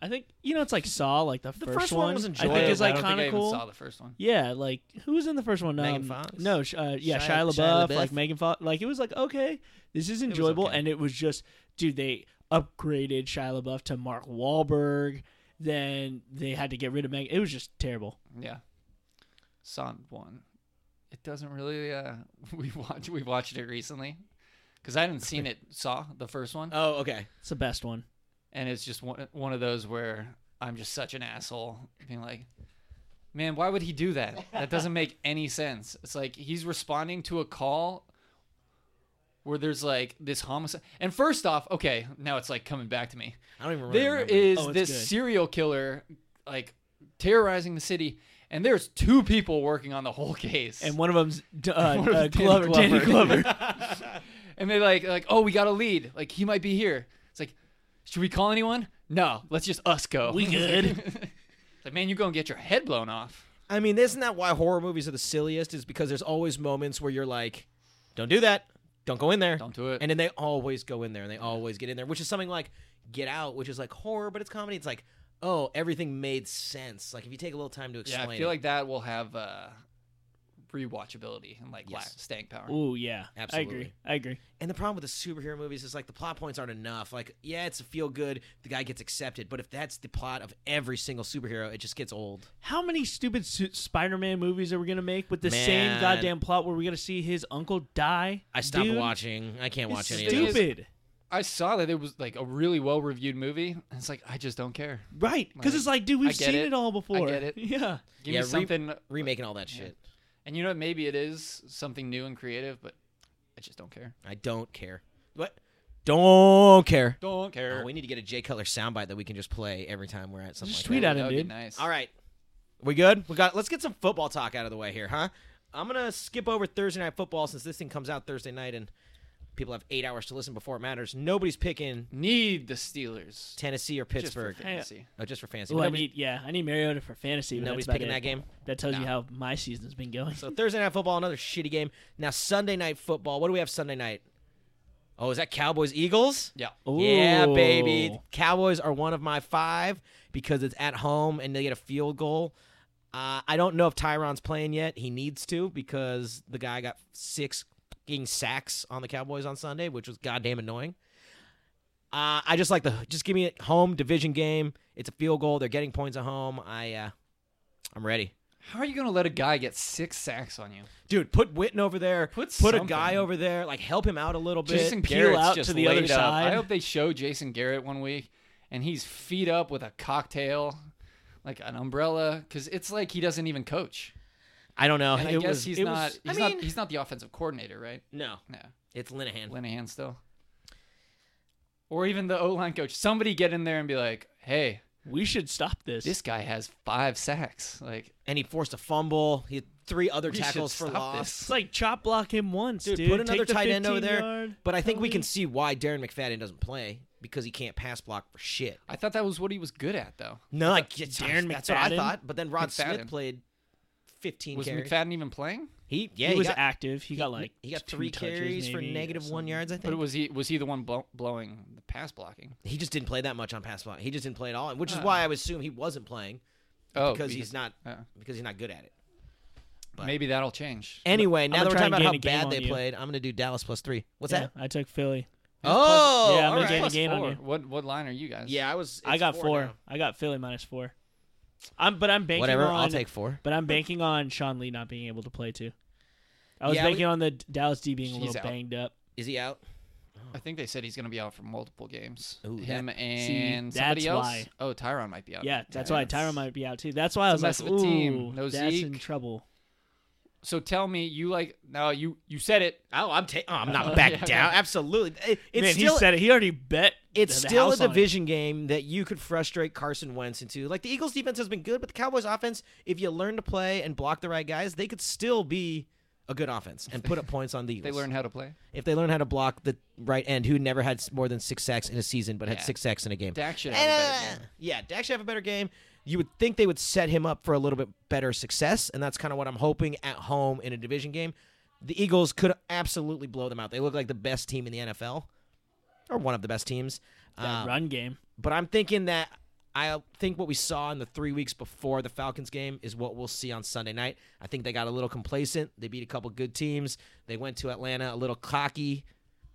Speaker 2: I think you know it's like Saw, like the,
Speaker 1: The first one was
Speaker 2: I think
Speaker 1: enjoyable.
Speaker 2: is
Speaker 3: I don't
Speaker 2: like
Speaker 3: think
Speaker 2: kind
Speaker 3: I
Speaker 2: of
Speaker 3: even
Speaker 2: cool.
Speaker 3: saw the first one.
Speaker 2: Yeah, like who was in the first one?
Speaker 1: Megan
Speaker 2: Um,
Speaker 1: Fox?
Speaker 2: No, sh- uh, yeah,
Speaker 1: Shia-
Speaker 2: Shia,
Speaker 1: Shia
Speaker 2: LaBeouf,
Speaker 1: LaBeouf.
Speaker 2: Like Megan Fox. Like it was like okay, this is enjoyable,
Speaker 1: okay.
Speaker 2: and it was just dude, they upgraded Shia LaBeouf to Mark Wahlberg. Then they had to get rid of Megan. It was just terrible.
Speaker 3: Yeah, saw one. It doesn't really. Uh, we watched we watched it recently because I hadn't seen it. Saw the first one,
Speaker 1: Oh, okay.
Speaker 2: It's the best one.
Speaker 3: and it's just one one of those where I'm just such an asshole, being like, "Man, why would he do that? That doesn't make any sense." It's like he's responding to a call where there's like this homicide. And first off, okay, now it's like coming back to me.
Speaker 1: I don't even really
Speaker 3: There
Speaker 1: remember.
Speaker 3: is
Speaker 2: Oh, it's
Speaker 3: this
Speaker 2: good.
Speaker 3: serial killer like terrorizing the city and there's two people working on the whole case
Speaker 2: And one of them's uh,
Speaker 3: One of
Speaker 2: uh,
Speaker 3: them's Danny
Speaker 2: Glover. Danny
Speaker 3: Glover.
Speaker 2: Glover.
Speaker 3: and they like like oh we got a lead like he might be here it's like should we call anyone no let's just us go
Speaker 2: We good.
Speaker 3: like man you're gonna get your head blown off
Speaker 1: I mean, isn't that why horror movies are the silliest? Is because there's always moments where you're like, "Don't do that. Don't go in there."
Speaker 3: don't do it
Speaker 1: And then they always go in there and they always get in there, which is something like Get Out, which is like horror, but it's comedy. It's like, oh, everything made sense. Like if you take a little time to
Speaker 3: yeah
Speaker 1: explain,
Speaker 3: i feel
Speaker 1: it.
Speaker 3: like that will have uh rewatchability and like
Speaker 1: Yes.
Speaker 3: la- staying power
Speaker 2: Ooh yeah,
Speaker 1: Absolutely.
Speaker 2: I agree. I agree.
Speaker 1: And the problem with the superhero movies is like the plot points aren't enough. Like, yeah, it's a feel good, the guy gets accepted, but if that's the plot of every single superhero, it just gets old.
Speaker 2: How many stupid su- Spider-Man movies are we gonna make with the
Speaker 1: Man.
Speaker 2: same goddamn plot where we're gonna see his uncle die?
Speaker 1: I stopped
Speaker 2: Dude,
Speaker 1: watching. I can't watch
Speaker 2: It's
Speaker 1: any of those.
Speaker 2: stupid.
Speaker 3: i saw that it was like a really well reviewed movie and it's like i just don't care
Speaker 2: Right, because
Speaker 3: Like,
Speaker 2: it's like, dude,
Speaker 3: I
Speaker 2: we've
Speaker 3: get
Speaker 2: seen
Speaker 3: it.
Speaker 2: it. all before.
Speaker 3: get it.
Speaker 2: Yeah,
Speaker 3: give
Speaker 1: Yeah, re-
Speaker 3: me something
Speaker 1: Remaking all that shit.
Speaker 3: And you know what? Maybe it is something new and creative, but I just don't care.
Speaker 1: I don't care. What? Don't care.
Speaker 3: Don't care.
Speaker 1: Oh, we need to get a Jay Cutler soundbite that we can just play every time we're at something.
Speaker 2: Just
Speaker 1: like
Speaker 2: tweet
Speaker 1: that.
Speaker 2: at him,
Speaker 3: that would be
Speaker 2: dude.
Speaker 3: nice.
Speaker 1: All right. We good? We got let's get some football talk out of the way here, huh? I'm gonna skip over Thursday night football since this thing comes out Thursday night and people have eight hours to listen before it matters. Nobody's picking
Speaker 3: Need the Steelers.
Speaker 1: Tennessee or
Speaker 3: Just for
Speaker 1: Pittsburgh.
Speaker 3: fantasy.
Speaker 1: oh, just for fancy.
Speaker 2: Ooh, I
Speaker 1: Nobody-
Speaker 2: need, yeah, I need Mariota for fantasy. But
Speaker 1: nobody's
Speaker 2: that's about
Speaker 1: picking
Speaker 2: it.
Speaker 1: that game.
Speaker 2: That tells
Speaker 1: No.
Speaker 2: you how my season's been going.
Speaker 1: So Thursday night football, another shitty game. Now Sunday night football. What do we have Sunday night? Oh, is that Cowboys Eagles?
Speaker 3: Yeah.
Speaker 1: Yeah,
Speaker 2: Ooh.
Speaker 1: baby. Cowboys are one of my five because it's at home and they get a field goal. Uh, I don't know if Tyron's playing yet. He needs to because the guy got six fucking sacks on the Cowboys on Sunday, which was goddamn annoying. Uh, I just like the just give me a home division game. It's a field goal. They're getting points at home. I uh, I'm ready,
Speaker 3: How are you gonna let a guy get six sacks on you?
Speaker 1: dude. Put Witten over there.
Speaker 3: Put
Speaker 1: put a
Speaker 3: something.
Speaker 1: guy over there. Like help him out a little bit.
Speaker 3: Jason
Speaker 2: peel
Speaker 3: Garrett's
Speaker 2: out
Speaker 3: just
Speaker 2: to the other
Speaker 3: laid up.
Speaker 2: side.
Speaker 3: I hope they show Jason Garrett one week, and he's feet up with a cocktail, like an umbrella, because it's like he doesn't even coach.
Speaker 1: I don't know.
Speaker 2: Uh,
Speaker 3: And I
Speaker 1: It
Speaker 3: guess
Speaker 1: was-
Speaker 3: he's
Speaker 1: it was-
Speaker 3: not.
Speaker 1: I
Speaker 3: He's
Speaker 1: mean-
Speaker 3: not. He's not the offensive coordinator, right?
Speaker 1: no,
Speaker 3: No.
Speaker 1: it's Linehan.
Speaker 3: Linehan still. Or even the O line coach. Somebody get in there and be like, hey,
Speaker 2: we should stop this.
Speaker 3: this guy has five sacks. Like
Speaker 1: and he forced a fumble. He had three other
Speaker 3: we should
Speaker 1: tackles for
Speaker 3: stop
Speaker 1: loss.
Speaker 2: it's
Speaker 3: this.
Speaker 2: like chop block him once,
Speaker 1: Dude,
Speaker 2: dude.
Speaker 1: put another
Speaker 2: Take the
Speaker 1: tight end over there.
Speaker 2: 15-yard
Speaker 1: But I think we
Speaker 2: penalty.
Speaker 1: can see why Darren McFadden doesn't play because he can't pass block for shit.
Speaker 3: I thought that was what he was good at, though.
Speaker 1: No, I get
Speaker 2: Darren
Speaker 1: That's what I
Speaker 2: McFadden?
Speaker 1: thought. But then Rod Smith
Speaker 3: McFadden.
Speaker 1: played 15
Speaker 3: Was
Speaker 1: carries.
Speaker 3: McFadden even playing?
Speaker 1: He yeah,
Speaker 2: he,
Speaker 1: he
Speaker 2: was
Speaker 1: got,
Speaker 2: active. He,
Speaker 1: he-
Speaker 2: got like
Speaker 1: he got
Speaker 2: two
Speaker 1: three
Speaker 2: touches
Speaker 1: carries for
Speaker 2: maybe or
Speaker 1: negative one
Speaker 2: something.
Speaker 1: yards. I think
Speaker 3: But was he was he the one blow, blowing the pass blocking?
Speaker 1: he just didn't play that much on pass block. He just didn't play at all, which is
Speaker 3: Ah.
Speaker 1: why I would assume he wasn't playing
Speaker 3: Oh,
Speaker 1: because he's not
Speaker 3: uh,
Speaker 1: because he's not good at it. but-
Speaker 3: maybe that'll change.
Speaker 1: Anyway, now
Speaker 2: gonna
Speaker 1: that we're
Speaker 2: try
Speaker 1: talking about
Speaker 2: and gain
Speaker 1: how
Speaker 2: a game
Speaker 1: bad
Speaker 2: on
Speaker 1: they
Speaker 2: you.
Speaker 1: played, I'm going to do Dallas plus three. What's
Speaker 2: Yeah,
Speaker 1: that?
Speaker 2: I took Philly.
Speaker 1: Oh,
Speaker 2: yeah,
Speaker 1: all
Speaker 2: I'm gonna
Speaker 1: right.
Speaker 2: gain a
Speaker 3: Plus
Speaker 2: gain on
Speaker 3: four.
Speaker 2: you.
Speaker 3: What what line are you guys?
Speaker 1: Yeah, I was.
Speaker 2: I
Speaker 1: it's
Speaker 2: got four.
Speaker 1: now.
Speaker 2: I got Philly minus four. I'm but I'm banking
Speaker 1: Whatever,
Speaker 2: on
Speaker 1: I'll take four.
Speaker 2: But I'm banking on Sean Lee not being able to play too. I was
Speaker 1: Yeah, we-
Speaker 2: banking on the D- Dallas D being a
Speaker 3: He's
Speaker 2: little
Speaker 3: out.
Speaker 2: banged up.
Speaker 1: Is he out?
Speaker 3: I think they said he's going to be out for multiple games.
Speaker 1: Ooh,
Speaker 3: Him
Speaker 2: see,
Speaker 3: and
Speaker 2: that's
Speaker 3: somebody else.
Speaker 2: why.
Speaker 3: Oh, Tyron might be out.
Speaker 2: Yeah, that's why
Speaker 3: Tyron
Speaker 2: Tyron might be out too. That's why I
Speaker 3: It's
Speaker 2: was
Speaker 3: a
Speaker 2: like,
Speaker 3: mess of a team.
Speaker 2: ooh,
Speaker 3: No
Speaker 2: that's
Speaker 3: Zeke.
Speaker 2: in trouble.
Speaker 3: So tell me, you like? No, you you said it.
Speaker 1: Oh, I'm ta- oh, I'm
Speaker 3: Oh,
Speaker 1: not backing
Speaker 3: yeah.
Speaker 1: down. Absolutely. It- it's
Speaker 2: Man,
Speaker 1: still
Speaker 2: he said it. He already bet.
Speaker 1: it's
Speaker 2: the- the
Speaker 1: still a
Speaker 2: house on it.
Speaker 1: division game that you could frustrate Carson Wentz into. Like the Eagles defense has been good, but the Cowboys offense, if you learn to play and block the right guys, they could still be a good offense and put up points on the Eagles.
Speaker 3: They learn how to play.
Speaker 1: if they learn how to block the right end, who never had s- more than six sacks in a season, but had
Speaker 3: Yeah.
Speaker 1: six sacks in a game.
Speaker 3: Dak should have a better
Speaker 1: And, uh,
Speaker 3: game.
Speaker 1: yeah, Dak should have a better game. You would think they would set him up for a little bit better success, and that's kind of what I'm hoping at home in a division game. The Eagles could absolutely blow them out. They look like the best team in the NFL, or one of the best teams.
Speaker 2: That
Speaker 1: Um,
Speaker 2: run game.
Speaker 1: but I'm thinking that I think what we saw in the three weeks before the Falcons game is what we'll see on Sunday night. I think they got a little complacent. They beat a couple good teams. They went to Atlanta a little cocky,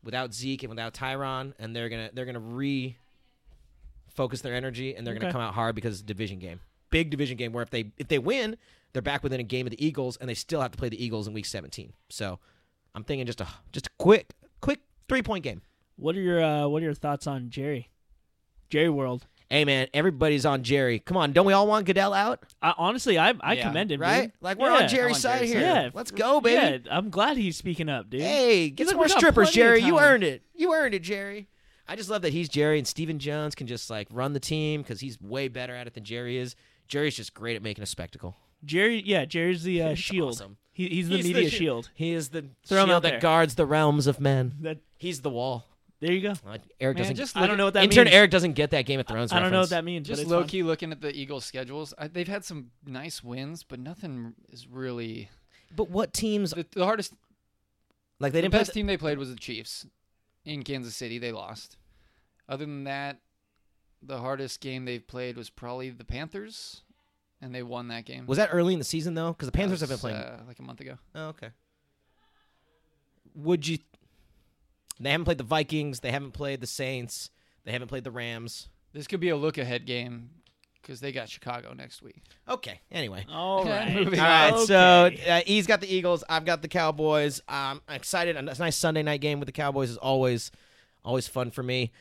Speaker 1: without Zeke and without Tyron, and they're gonna they're gonna re focus their energy and they're gonna
Speaker 2: Okay.
Speaker 1: come out hard because it's a division game, big division game where if they if they win, they're back within a game of the Eagles and they still have to play the Eagles in Week 17. So I'm thinking just a just a quick quick three point game.
Speaker 2: What are your uh, What are your thoughts on Jerry? Jerry World.
Speaker 1: Hey man, everybody's on Jerry. Come on, don't we all want Goodell out?
Speaker 2: I, honestly, I I
Speaker 3: Yeah,
Speaker 2: commend him.
Speaker 1: right?
Speaker 2: dude.
Speaker 1: Like we're
Speaker 2: Yeah.
Speaker 1: on Jerry's
Speaker 3: I'm on
Speaker 1: side
Speaker 3: Jerry's
Speaker 1: here.
Speaker 2: side. Yeah.
Speaker 1: Let's go, baby.
Speaker 2: Yeah, I'm glad he's speaking up, dude.
Speaker 1: Hey, get
Speaker 2: He's
Speaker 1: some
Speaker 2: like,
Speaker 1: more
Speaker 2: we got
Speaker 1: strippers,
Speaker 2: plenty of
Speaker 1: Jerry. You
Speaker 2: time.
Speaker 1: earned it. You earned it, Jerry. I just love that he's Jerry and Steven Jones can just like run the team because he's way better at it than Jerry is. Jerry's just great at making a spectacle.
Speaker 2: Jerry, yeah, Jerry's the uh,
Speaker 1: It's
Speaker 2: shield.
Speaker 1: awesome.
Speaker 2: He, he's the
Speaker 1: He's the
Speaker 2: media
Speaker 1: shi-
Speaker 2: shield.
Speaker 1: He is the
Speaker 2: Throw him
Speaker 1: shield
Speaker 2: out
Speaker 1: that
Speaker 2: there.
Speaker 1: guards the realms of men.
Speaker 2: That
Speaker 1: He's the wall.
Speaker 2: there you go.
Speaker 1: Uh, Eric
Speaker 3: Man,
Speaker 1: doesn't.
Speaker 3: just
Speaker 2: I
Speaker 3: look
Speaker 2: don't
Speaker 3: at-
Speaker 2: know what that
Speaker 1: intern
Speaker 2: means.
Speaker 1: Eric doesn't get that Game of Thrones.
Speaker 2: I don't know
Speaker 1: reference.
Speaker 2: what that means. but
Speaker 3: Just
Speaker 2: it's
Speaker 3: low
Speaker 2: fun.
Speaker 3: key looking at the Eagles' schedules, I, they've had some nice wins, but nothing is really
Speaker 1: But what teams
Speaker 3: the, the hardest.
Speaker 1: like they
Speaker 3: the
Speaker 1: didn't play
Speaker 3: best team they played was the Chiefs in Kansas City. They lost. Other than that, the hardest game they've played was probably the Panthers, and they won that game.
Speaker 1: Was that early in the season though? Because the Panthers
Speaker 3: That
Speaker 1: have been
Speaker 3: was,
Speaker 1: playing.
Speaker 3: uh, like a month ago.
Speaker 1: Oh, okay. Would you? They haven't played the Vikings. They haven't played the Saints. They haven't played the Rams.
Speaker 3: This could be a look ahead game because they got Chicago next week.
Speaker 1: Okay. Anyway.
Speaker 2: All right.
Speaker 3: Moving
Speaker 1: All right.
Speaker 2: Okay.
Speaker 1: So uh, he's got the Eagles. I've got the Cowboys. I'm excited. A nice Sunday night game with the Cowboys is always, always fun for me.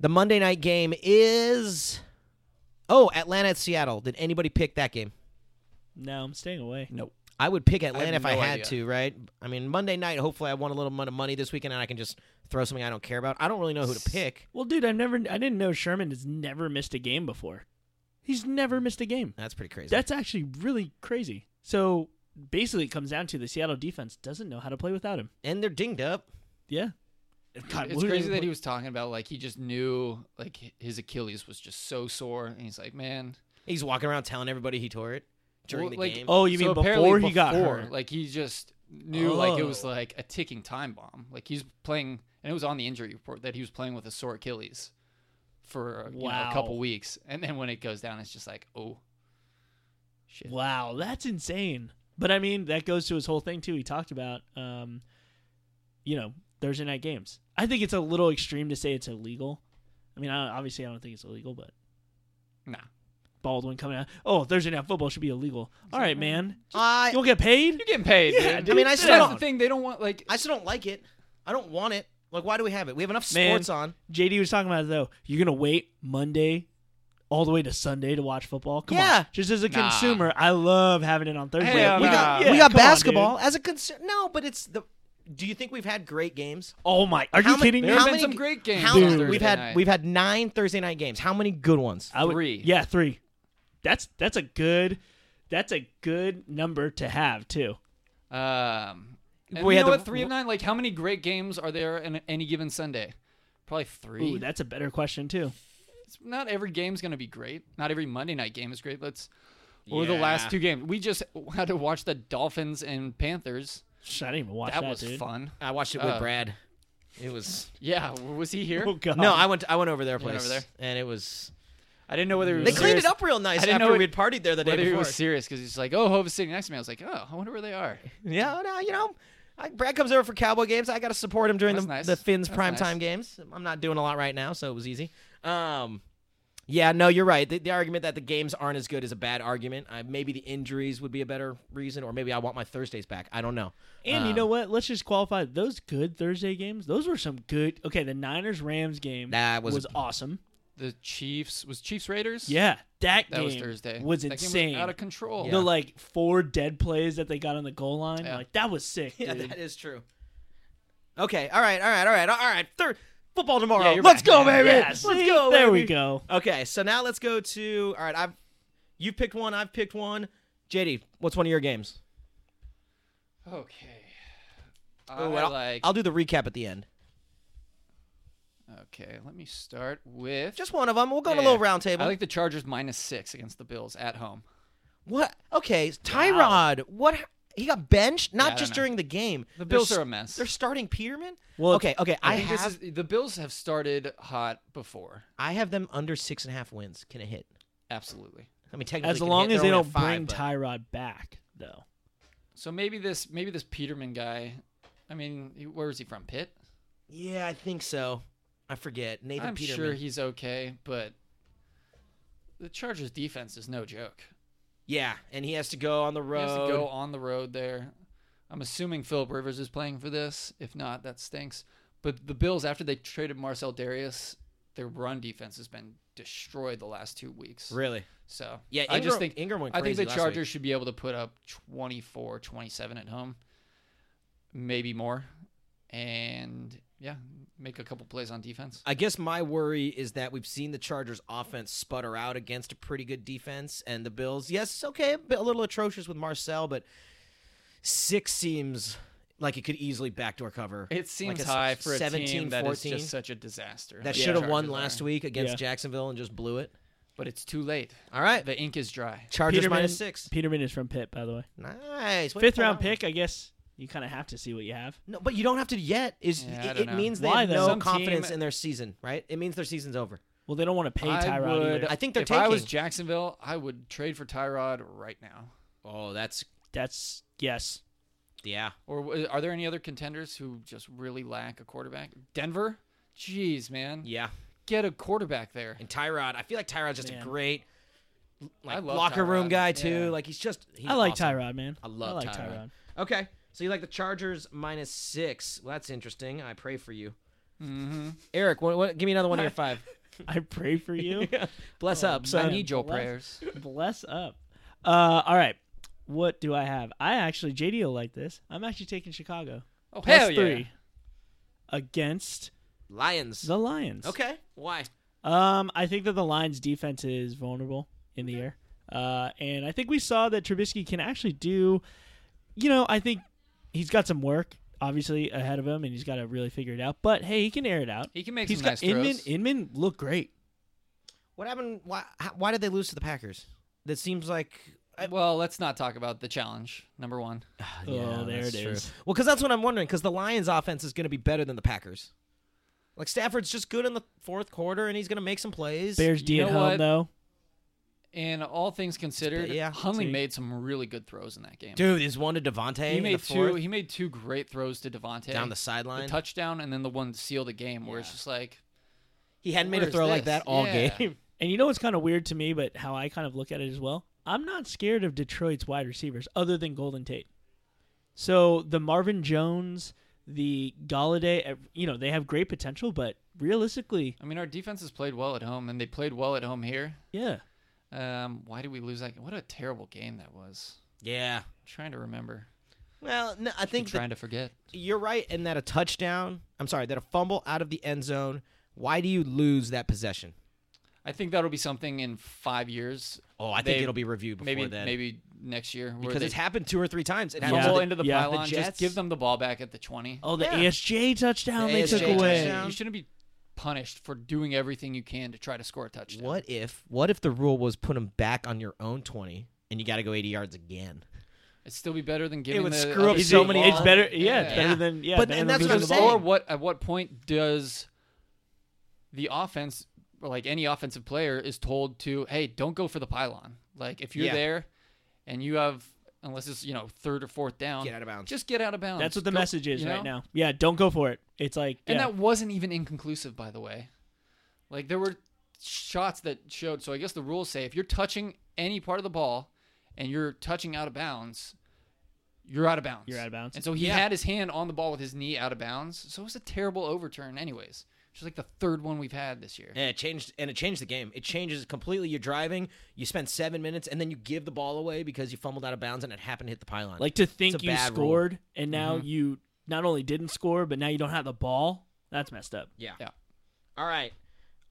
Speaker 1: The Monday night game is. Oh, Atlanta at Seattle. Did anybody pick that game?
Speaker 2: no, I'm staying away.
Speaker 3: Nope.
Speaker 1: I would pick Atlanta if I
Speaker 3: no
Speaker 1: had
Speaker 3: idea.
Speaker 1: to, right? I mean, Monday night, hopefully I won a little amount of money this weekend and I can just throw something I don't care about. I don't really know who to pick.
Speaker 2: Well, dude, I've never, I didn't know Sherman has never missed a game before. He's never
Speaker 3: Hmm.
Speaker 2: missed a game.
Speaker 1: That's pretty crazy.
Speaker 2: That's actually really crazy. So basically, it comes down to the Seattle defense doesn't know how to play without him.
Speaker 1: and they're dinged up.
Speaker 2: Yeah. God,
Speaker 3: it's
Speaker 2: what do
Speaker 3: crazy
Speaker 2: they-
Speaker 3: that he was talking about like he just knew like h- his Achilles was just so sore, and he's like, man,
Speaker 1: He's walking around telling everybody he tore it during
Speaker 3: Well,
Speaker 1: the
Speaker 3: like-
Speaker 1: game.
Speaker 2: Oh, you
Speaker 3: So
Speaker 2: mean
Speaker 3: apparently
Speaker 2: before he got
Speaker 3: before,
Speaker 2: hurt?
Speaker 3: Like he just knew like it was
Speaker 2: Oh.
Speaker 3: like a ticking time bomb. Like he's playing, and it was on the injury report that he was playing with a sore Achilles for uh, you know,
Speaker 2: Wow.
Speaker 3: a couple weeks, and then when it goes down, it's just like, oh, shit.
Speaker 2: Wow, that's insane. But I mean, that goes to his whole thing too. He talked about, um, you know, Thursday night games. I think it's a little extreme to say it's illegal. I mean, I, obviously, I don't think it's illegal, but
Speaker 3: Nah,
Speaker 2: Baldwin coming out. Oh, Thursday night football should be illegal. All right, man.
Speaker 1: I,
Speaker 2: You'll get paid.
Speaker 3: you're getting paid.
Speaker 2: Yeah,
Speaker 3: dude.
Speaker 2: dude,
Speaker 1: I mean, I
Speaker 2: sit
Speaker 1: still
Speaker 3: that's
Speaker 2: down.
Speaker 3: the thing. They don't want like
Speaker 1: I still don't like it. I don't want it. Like, why do we have it? We have enough
Speaker 2: Man.
Speaker 1: sports on.
Speaker 2: JD was talking about it, though. You're gonna wait Monday. All the way to Sunday to watch football. Come
Speaker 1: Yeah.
Speaker 2: on, just as a
Speaker 3: Nah.
Speaker 2: consumer, I love having it on Thursday.
Speaker 3: Hell
Speaker 1: we
Speaker 3: nah.
Speaker 1: got,
Speaker 2: Yeah,
Speaker 1: we got
Speaker 2: come on,
Speaker 1: basketball
Speaker 2: dude.
Speaker 1: as a concern. No, but it's the. Do you think we've had great games?
Speaker 2: oh my, are
Speaker 1: How
Speaker 2: you
Speaker 1: many-
Speaker 2: kidding me?
Speaker 3: there
Speaker 1: how
Speaker 3: have been
Speaker 1: many-
Speaker 3: some great games.
Speaker 1: How
Speaker 3: on
Speaker 2: Dude.
Speaker 3: Thursday
Speaker 1: we've had
Speaker 3: night.
Speaker 1: we've had nine Thursday night games. How many good ones?
Speaker 2: I would,
Speaker 3: Three.
Speaker 2: Yeah, three. That's that's a good that's a good number to have too.
Speaker 3: Um, and
Speaker 1: We
Speaker 3: you
Speaker 1: had
Speaker 3: know
Speaker 1: the-
Speaker 3: what, three of nine. Like, how many great games are there in any given Sunday? Probably three.
Speaker 2: Ooh, that's a better question too.
Speaker 3: It's- not every game's gonna be great. Not every Monday night game is great. Let's. Or the
Speaker 1: Yeah.
Speaker 3: last two games, we just had to watch the Dolphins and Panthers.
Speaker 2: Shh, I didn't even watch that,
Speaker 3: that, was
Speaker 2: dude.
Speaker 3: fun.
Speaker 1: I watched it with
Speaker 3: Uh,
Speaker 1: Brad. It was
Speaker 3: Yeah, w- was he here?
Speaker 2: Oh god.
Speaker 1: no. I went. I went over their
Speaker 3: went
Speaker 1: place,
Speaker 3: over there.
Speaker 1: and it was.
Speaker 3: I didn't know whether he was
Speaker 1: They cleaned
Speaker 3: serious-
Speaker 1: it up real nice
Speaker 3: I didn't
Speaker 1: after
Speaker 3: know it-
Speaker 1: we had partied there the day
Speaker 3: Whether he
Speaker 1: before.
Speaker 3: was serious because he's like, "Oh, Hova's sitting next to me." I was like, "Oh, I wonder where they are."
Speaker 1: Yeah, oh, no, you know, I, Brad comes over for Cowboy games. I got to support him during the,
Speaker 3: That's nice.
Speaker 1: the Finns
Speaker 3: That's
Speaker 1: primetime
Speaker 3: nice.
Speaker 1: games. I'm not doing a lot right now, so it was easy. Um, yeah, no, you're right. The, the argument that the games aren't as good is a bad argument. I, maybe the injuries would be a better reason, or maybe I want my Thursdays back. I don't know.
Speaker 2: and you
Speaker 1: Um,
Speaker 2: know what? Let's just qualify those good Thursday games. Those were some good. Okay, the Niners Rams game
Speaker 1: That was-
Speaker 2: awesome.
Speaker 3: The Chiefs was Chiefs Raiders.
Speaker 2: Yeah, that,
Speaker 3: that
Speaker 2: game
Speaker 3: was Thursday.
Speaker 2: was
Speaker 3: That game
Speaker 2: insane.
Speaker 3: out of control.
Speaker 2: The like four dead plays that they got on the goal line,
Speaker 3: Yeah.
Speaker 2: like that was sick.
Speaker 1: Yeah,
Speaker 2: dude.
Speaker 1: that is true. Okay, all right, all right, all right, all right. Third football tomorrow.
Speaker 3: Yeah, you're
Speaker 1: Let's
Speaker 3: back.
Speaker 1: go,
Speaker 3: Yeah,
Speaker 1: baby.
Speaker 2: Yeah,
Speaker 1: Let's
Speaker 2: see?
Speaker 1: go.
Speaker 2: There we
Speaker 1: baby.
Speaker 2: go.
Speaker 1: Okay, so now let's go to all right. I've you picked one. I've picked one. JD, what's one of your games?
Speaker 3: Okay.
Speaker 1: Ooh, and
Speaker 3: I
Speaker 1: Oh, I'll,
Speaker 3: like.
Speaker 1: I'll do the recap at the end.
Speaker 3: okay, let me start with
Speaker 1: Just one of them. We'll go on a
Speaker 3: Yeah.
Speaker 1: little round table.
Speaker 3: I like the Chargers minus six against the Bills at home.
Speaker 1: what? Okay, Tyrod. What? He got benched,
Speaker 3: I
Speaker 1: not
Speaker 3: don't
Speaker 1: just
Speaker 3: know.
Speaker 1: during the game.
Speaker 3: The
Speaker 1: They're
Speaker 3: Bills
Speaker 1: s-
Speaker 3: are a mess.
Speaker 1: They're starting Peterman.
Speaker 2: Well,
Speaker 1: okay, okay. I,
Speaker 3: I, think
Speaker 1: have
Speaker 3: this is the Bills have started hot before.
Speaker 1: I have them under six and a half wins. Can it hit?
Speaker 3: Absolutely.
Speaker 1: I mean, technically,
Speaker 2: as
Speaker 1: can
Speaker 2: long
Speaker 1: hit.
Speaker 2: as they
Speaker 1: They're only
Speaker 2: don't
Speaker 1: at five,
Speaker 2: bring
Speaker 1: but-
Speaker 2: Tyrod back, though.
Speaker 3: So maybe this maybe this Peterman guy. I mean, he- where is he from? Pitt.
Speaker 1: Yeah, I think so. I forget Nathan
Speaker 3: I'm
Speaker 1: Peterman.
Speaker 3: sure he's okay, but the Chargers defense is no joke.
Speaker 1: yeah, and he has to go on the
Speaker 3: He
Speaker 1: road.
Speaker 3: has to go on the road there. I'm assuming Philip Rivers is playing for this. If not, that stinks. But the Bills, after they traded Marcel Darius, their run defense has been destroyed the last two weeks.
Speaker 1: Really?
Speaker 3: So
Speaker 1: Yeah, Ingram,
Speaker 3: I just think
Speaker 1: Ingram went
Speaker 3: I
Speaker 1: crazy
Speaker 3: think the
Speaker 1: last
Speaker 3: Chargers
Speaker 1: week.
Speaker 3: should be able to put up 24, 27 at home, maybe more, and yeah, make a couple plays on defense.
Speaker 1: I guess my worry is that we've seen the Chargers offense sputter out against a pretty good defense, and the Bills, yes, okay, a, bit, a little atrocious with Marcel, but six seems like it could easily backdoor cover.
Speaker 3: It seems
Speaker 1: a s-
Speaker 3: high for a 17,
Speaker 1: 17,
Speaker 3: team that is
Speaker 1: 14.
Speaker 3: just such a disaster.
Speaker 1: that
Speaker 3: Yeah.
Speaker 1: should have won
Speaker 3: Chargers
Speaker 1: last
Speaker 3: are.
Speaker 1: week against
Speaker 2: Yeah.
Speaker 1: Jacksonville and just blew it.
Speaker 3: but it's too late.
Speaker 1: All right,
Speaker 3: The ink is dry.
Speaker 1: Chargers
Speaker 2: Peterman-
Speaker 1: minus six.
Speaker 2: Peterman is from Pitt, by the way.
Speaker 1: Nice Way to
Speaker 2: Fifth
Speaker 1: pull
Speaker 2: round
Speaker 1: that one.
Speaker 2: pick, I guess you kind of have to see what you have.
Speaker 1: No, but you don't have to yet. Is
Speaker 3: Yeah, I
Speaker 1: it,
Speaker 3: don't
Speaker 1: it
Speaker 3: know.
Speaker 1: means they
Speaker 2: Why,
Speaker 1: have
Speaker 2: though?
Speaker 1: no
Speaker 3: Some
Speaker 1: confidence
Speaker 3: team-
Speaker 1: in their season, right? It means their season's over.
Speaker 2: Well, they don't want to pay
Speaker 3: I
Speaker 2: Tyrod
Speaker 3: would.
Speaker 2: either.
Speaker 1: I think they're
Speaker 3: if I was
Speaker 1: tanking.
Speaker 3: Jacksonville, I would trade for Tyrod right now.
Speaker 1: Oh, that's
Speaker 2: That's yes.
Speaker 1: yeah.
Speaker 3: Or w- are there any other contenders who just really lack a quarterback? Denver, jeez, man,
Speaker 1: Yeah.
Speaker 3: get a quarterback there.
Speaker 1: And Tyrod, I feel like Tyrod's just
Speaker 2: Man.
Speaker 1: a great
Speaker 3: I
Speaker 1: like
Speaker 3: love
Speaker 1: locker room
Speaker 3: Tyrod.
Speaker 1: guy too.
Speaker 3: Yeah.
Speaker 1: Like he's just he's
Speaker 2: I like
Speaker 1: awesome.
Speaker 2: Tyrod, man.
Speaker 1: I love
Speaker 2: like
Speaker 1: Tyrod. Okay. So you like the Chargers minus 6. Well, that's interesting. I pray for you.
Speaker 3: hmm
Speaker 1: Eric, what, what, give me another one of your five.
Speaker 2: I pray for you.
Speaker 1: Bless
Speaker 2: Oh,
Speaker 1: up.
Speaker 3: I
Speaker 1: Son.
Speaker 2: man.
Speaker 3: need your
Speaker 2: Bless-
Speaker 3: prayers.
Speaker 2: Bless up. Uh, all right. What do I have? I actually JD will like this. I'm actually taking Chicago
Speaker 3: Oh
Speaker 2: Plus
Speaker 3: hell yeah!
Speaker 2: three against
Speaker 1: Lions.
Speaker 2: the Lions.
Speaker 1: Okay. Why?
Speaker 2: Um, I think that the Lions' defense is vulnerable in the air, uh, and I think we saw that Trubisky can actually do. You know, I think he's got some work obviously ahead of him, and he's got to really figure it out. But hey, he can air it out.
Speaker 3: He can make
Speaker 2: He's
Speaker 3: some
Speaker 2: got
Speaker 3: nice
Speaker 2: Inman.
Speaker 3: throws.
Speaker 2: Inman looked great.
Speaker 1: What happened why how, why did they lose to the Packers? That seems like
Speaker 3: well, let's not talk about the challenge. Number one,
Speaker 2: Oh, there
Speaker 1: Ah, that's
Speaker 2: it
Speaker 1: true.
Speaker 2: is.
Speaker 1: Well, because that's what I'm wondering. Because the Lions' offense is going to be better than the Packers. Like Stafford's just good in the fourth quarter, and he's going to make some plays.
Speaker 2: Bears
Speaker 3: You
Speaker 2: D at
Speaker 3: know
Speaker 2: home
Speaker 3: what?
Speaker 2: though.
Speaker 3: and all things considered,
Speaker 1: Yeah,
Speaker 3: Hunley
Speaker 2: see.
Speaker 3: made some really good throws in that game.
Speaker 1: Dude, is one to Devontae.
Speaker 3: he
Speaker 1: in
Speaker 3: made
Speaker 1: the
Speaker 3: two.
Speaker 1: fourth,
Speaker 3: He made two great throws to Devontae
Speaker 1: down the
Speaker 3: the
Speaker 1: sideline.
Speaker 3: touchdown, and then the one to seal the game, where it's
Speaker 1: Yeah.
Speaker 3: just like
Speaker 1: he hadn't made a
Speaker 3: Where's
Speaker 1: throw like
Speaker 3: this?
Speaker 1: that all
Speaker 3: Yeah.
Speaker 1: game.
Speaker 2: And you know what's kind of weird to me, but how I kind of look at it as well? I'm not scared of Detroit's wide receivers other than Golden Tate. So the Marvin Jones, the Galladay, eh, you know, they have great potential, but realistically,
Speaker 3: I mean, our defense has played well at home, and they played well at home here.
Speaker 2: yeah.
Speaker 3: Um, why did we lose that? game? What a terrible game that was.
Speaker 1: Yeah.
Speaker 3: I'm trying to remember.
Speaker 1: Well, no, I
Speaker 3: I'm
Speaker 1: think that
Speaker 3: trying to forget.
Speaker 1: you're right in that a touchdown. I'm sorry, that a fumble out of the end zone. Why do you lose that possession?
Speaker 3: I think that'll be something in five years.
Speaker 1: Oh, I think
Speaker 3: They-
Speaker 1: it'll be reviewed before
Speaker 3: Maybe
Speaker 1: then.
Speaker 3: maybe next year. where
Speaker 1: because
Speaker 3: they
Speaker 1: it's happened two or three times. It happened.
Speaker 2: Yeah.
Speaker 1: to
Speaker 3: fumble
Speaker 1: the-
Speaker 3: into the
Speaker 2: yeah. The
Speaker 3: pylon.
Speaker 1: Jets.
Speaker 3: just give them the ball back at the twenty.
Speaker 2: Oh, the
Speaker 1: Yeah.
Speaker 2: ASJ touchdown
Speaker 1: The
Speaker 2: they took
Speaker 1: ASJ
Speaker 2: away.
Speaker 1: touchdown.
Speaker 3: You shouldn't be punished for doing everything you can to try to score a touchdown.
Speaker 1: What if what if the rule was put him back on your own twenty and you got to go eighty yards again?
Speaker 3: It'd still be better than giving.
Speaker 1: would
Speaker 3: the
Speaker 1: screw up
Speaker 3: other
Speaker 2: It's-
Speaker 1: so
Speaker 3: team
Speaker 1: many-
Speaker 3: the
Speaker 2: It's
Speaker 3: ball.
Speaker 2: better, yeah, it's
Speaker 1: Yeah.
Speaker 2: better than yeah.
Speaker 1: But-
Speaker 2: better
Speaker 1: and
Speaker 2: than
Speaker 1: that's what I'm
Speaker 2: losing the
Speaker 1: saying.
Speaker 2: ball.
Speaker 3: Or what? At what point does the offense, or like any offensive player, is told to, hey, don't go for the pylon. Like if you're
Speaker 1: Yeah.
Speaker 3: there, and you have, unless it's you know third or fourth down,
Speaker 1: Get out of bounds.
Speaker 3: Just get out of bounds.
Speaker 2: That's what the
Speaker 3: Go-
Speaker 2: message is
Speaker 3: you
Speaker 2: right
Speaker 3: know?
Speaker 2: now. Yeah, don't go for it. It's like
Speaker 3: And
Speaker 2: yeah.
Speaker 3: that wasn't even inconclusive, by the way. Like there were shots that showed. So I guess the rules say if you're touching any part of the ball, and you're touching out of bounds, you're out of bounds.
Speaker 2: You're out of bounds.
Speaker 3: And so he
Speaker 1: Yeah.
Speaker 3: had his hand on the ball with his knee out of bounds. So it was a terrible overturn, anyways. Which is like the third one we've had this year.
Speaker 1: Yeah, it changed, and it changed the game. It changes completely. You're driving, you spend seven minutes, and then you give the ball away because you fumbled out of bounds and it happened to hit the pylon.
Speaker 2: Like to think
Speaker 1: a
Speaker 2: you
Speaker 1: bad rule.
Speaker 2: scored and now you not only didn't score, but now you don't have the ball. That's messed up.
Speaker 1: yeah.
Speaker 3: Yeah.
Speaker 1: All right,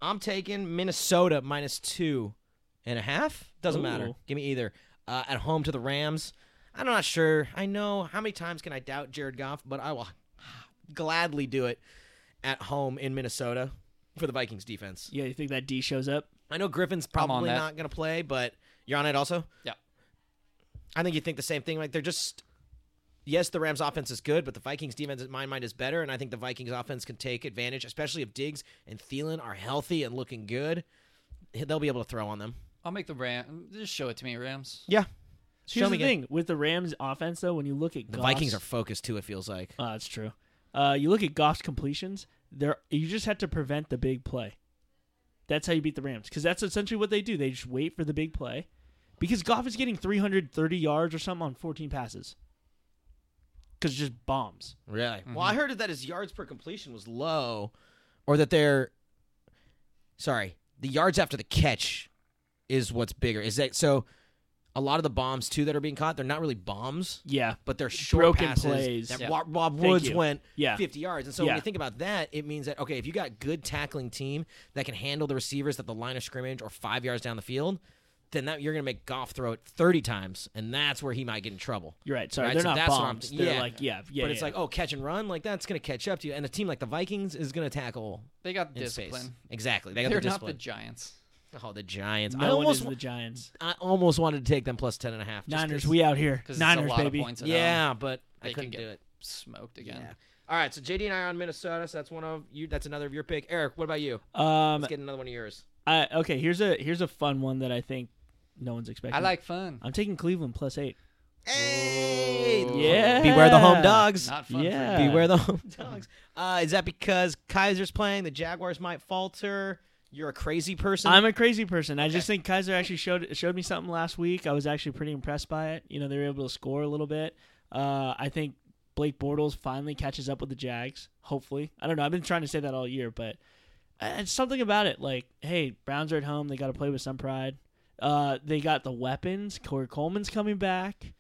Speaker 1: I'm taking Minnesota minus two and a half. Doesn't matter.
Speaker 2: Ooh.
Speaker 1: Give me either. Uh, at home to the Rams. I'm not sure. I know how many times can I doubt Jared Goff, but I will gladly do it at home in Minnesota for the Vikings defense.
Speaker 2: Yeah, you think that D shows up?
Speaker 1: I know Griffin's
Speaker 3: I'm on
Speaker 1: probably
Speaker 3: that.
Speaker 1: not going to play, but you're on it also.
Speaker 3: Yeah.
Speaker 1: I think you think the same thing. Like they're just, yes, the Rams' offense is good, but the Vikings' defense, in my mind, is better, and I think the Vikings' offense can take advantage, especially if Diggs and Thielen are healthy and looking good. They'll be able to throw on them.
Speaker 3: I'll make the Ram. Just show it to me, Rams.
Speaker 1: Yeah.
Speaker 2: Here's
Speaker 1: Show me
Speaker 2: the
Speaker 1: again.
Speaker 2: thing with the Rams offense though, when you look at
Speaker 1: The
Speaker 2: Goff's-
Speaker 1: Vikings are focused too. It feels like.
Speaker 2: Oh, that's true. Uh, you look at Goff's completions. There, you just have to prevent the big play. That's how you beat the Rams because that's essentially what they do. They just wait for the big play because Goff is getting 330 yards or something on 14 passes because just bombs.
Speaker 1: Really? Well, I heard that his yards per completion was low, or that they're sorry, the yards after the catch is what's bigger. Is that so? A lot of the bombs too that are being caught, they're not really bombs,
Speaker 2: Yeah,
Speaker 1: but they're short
Speaker 2: Broken
Speaker 1: passes
Speaker 2: plays.
Speaker 1: that
Speaker 3: Yeah.
Speaker 1: Rob, Rob Woods
Speaker 2: you.
Speaker 1: went
Speaker 2: Yeah.
Speaker 1: 50 yards. And so
Speaker 2: Yeah.
Speaker 1: when you think about that, it means that okay, if you got good tackling team that can handle the receivers at the line of scrimmage or 5 yards down the field, then that you're going to make Goff throw it 30 times and that's where he might get in trouble.
Speaker 2: you're right. Sorry,
Speaker 1: Right,
Speaker 2: they're
Speaker 1: so
Speaker 2: not
Speaker 1: that's what I'm-
Speaker 2: bombs. They're
Speaker 1: yeah.
Speaker 2: like yeah, yeah.
Speaker 1: but it's
Speaker 2: yeah.
Speaker 1: like, oh, catch and run, like that's going to catch up to you. And a team like the Vikings is going to tackle
Speaker 3: They got
Speaker 1: in
Speaker 3: discipline.
Speaker 1: space. Exactly. They got
Speaker 3: They're
Speaker 1: the
Speaker 3: not the
Speaker 1: discipline.
Speaker 3: Giants.
Speaker 1: oh, the Giants. I
Speaker 2: no one is
Speaker 1: almost,
Speaker 2: the Giants.
Speaker 1: I almost wanted to take them plus ten and a half. just
Speaker 2: Niners,
Speaker 1: 'cause-
Speaker 2: we out here.
Speaker 3: 'Cause it's
Speaker 2: Niners,
Speaker 3: a lot
Speaker 2: baby.
Speaker 3: of points. At home.
Speaker 1: Yeah, but I
Speaker 3: They can
Speaker 1: couldn't
Speaker 3: get
Speaker 1: do it.
Speaker 3: smoked again.
Speaker 1: Yeah. All right, so JD and I are on Minnesota, so that's one of you. That's another of your pick. Eric, what about you?
Speaker 2: Um,
Speaker 1: Let's get another one of yours.
Speaker 2: I, okay, here's a here's a fun one that I think no one's expecting.
Speaker 3: I like fun.
Speaker 2: I'm taking Cleveland plus eight.
Speaker 1: Hey,
Speaker 3: Ooh.
Speaker 2: Yeah.
Speaker 1: beware the home dogs.
Speaker 3: Not fun.
Speaker 2: Yeah.
Speaker 3: For me.
Speaker 1: Beware the home dogs. Uh, is that because Kaiser's playing? The Jaguars might falter. You're a crazy person.
Speaker 2: I'm a crazy person. I just think Kaiser actually showed showed me something last week. I was actually pretty impressed by it. You know, they were able to score a little bit. Uh, I think Blake Bortles finally catches up with the Jags. Hopefully, I don't know. I've been trying to say that all year, but uh, it's something about it. Like, hey, Browns are at home. They got to play with some pride. Uh, they got the weapons. Corey Coleman's coming back.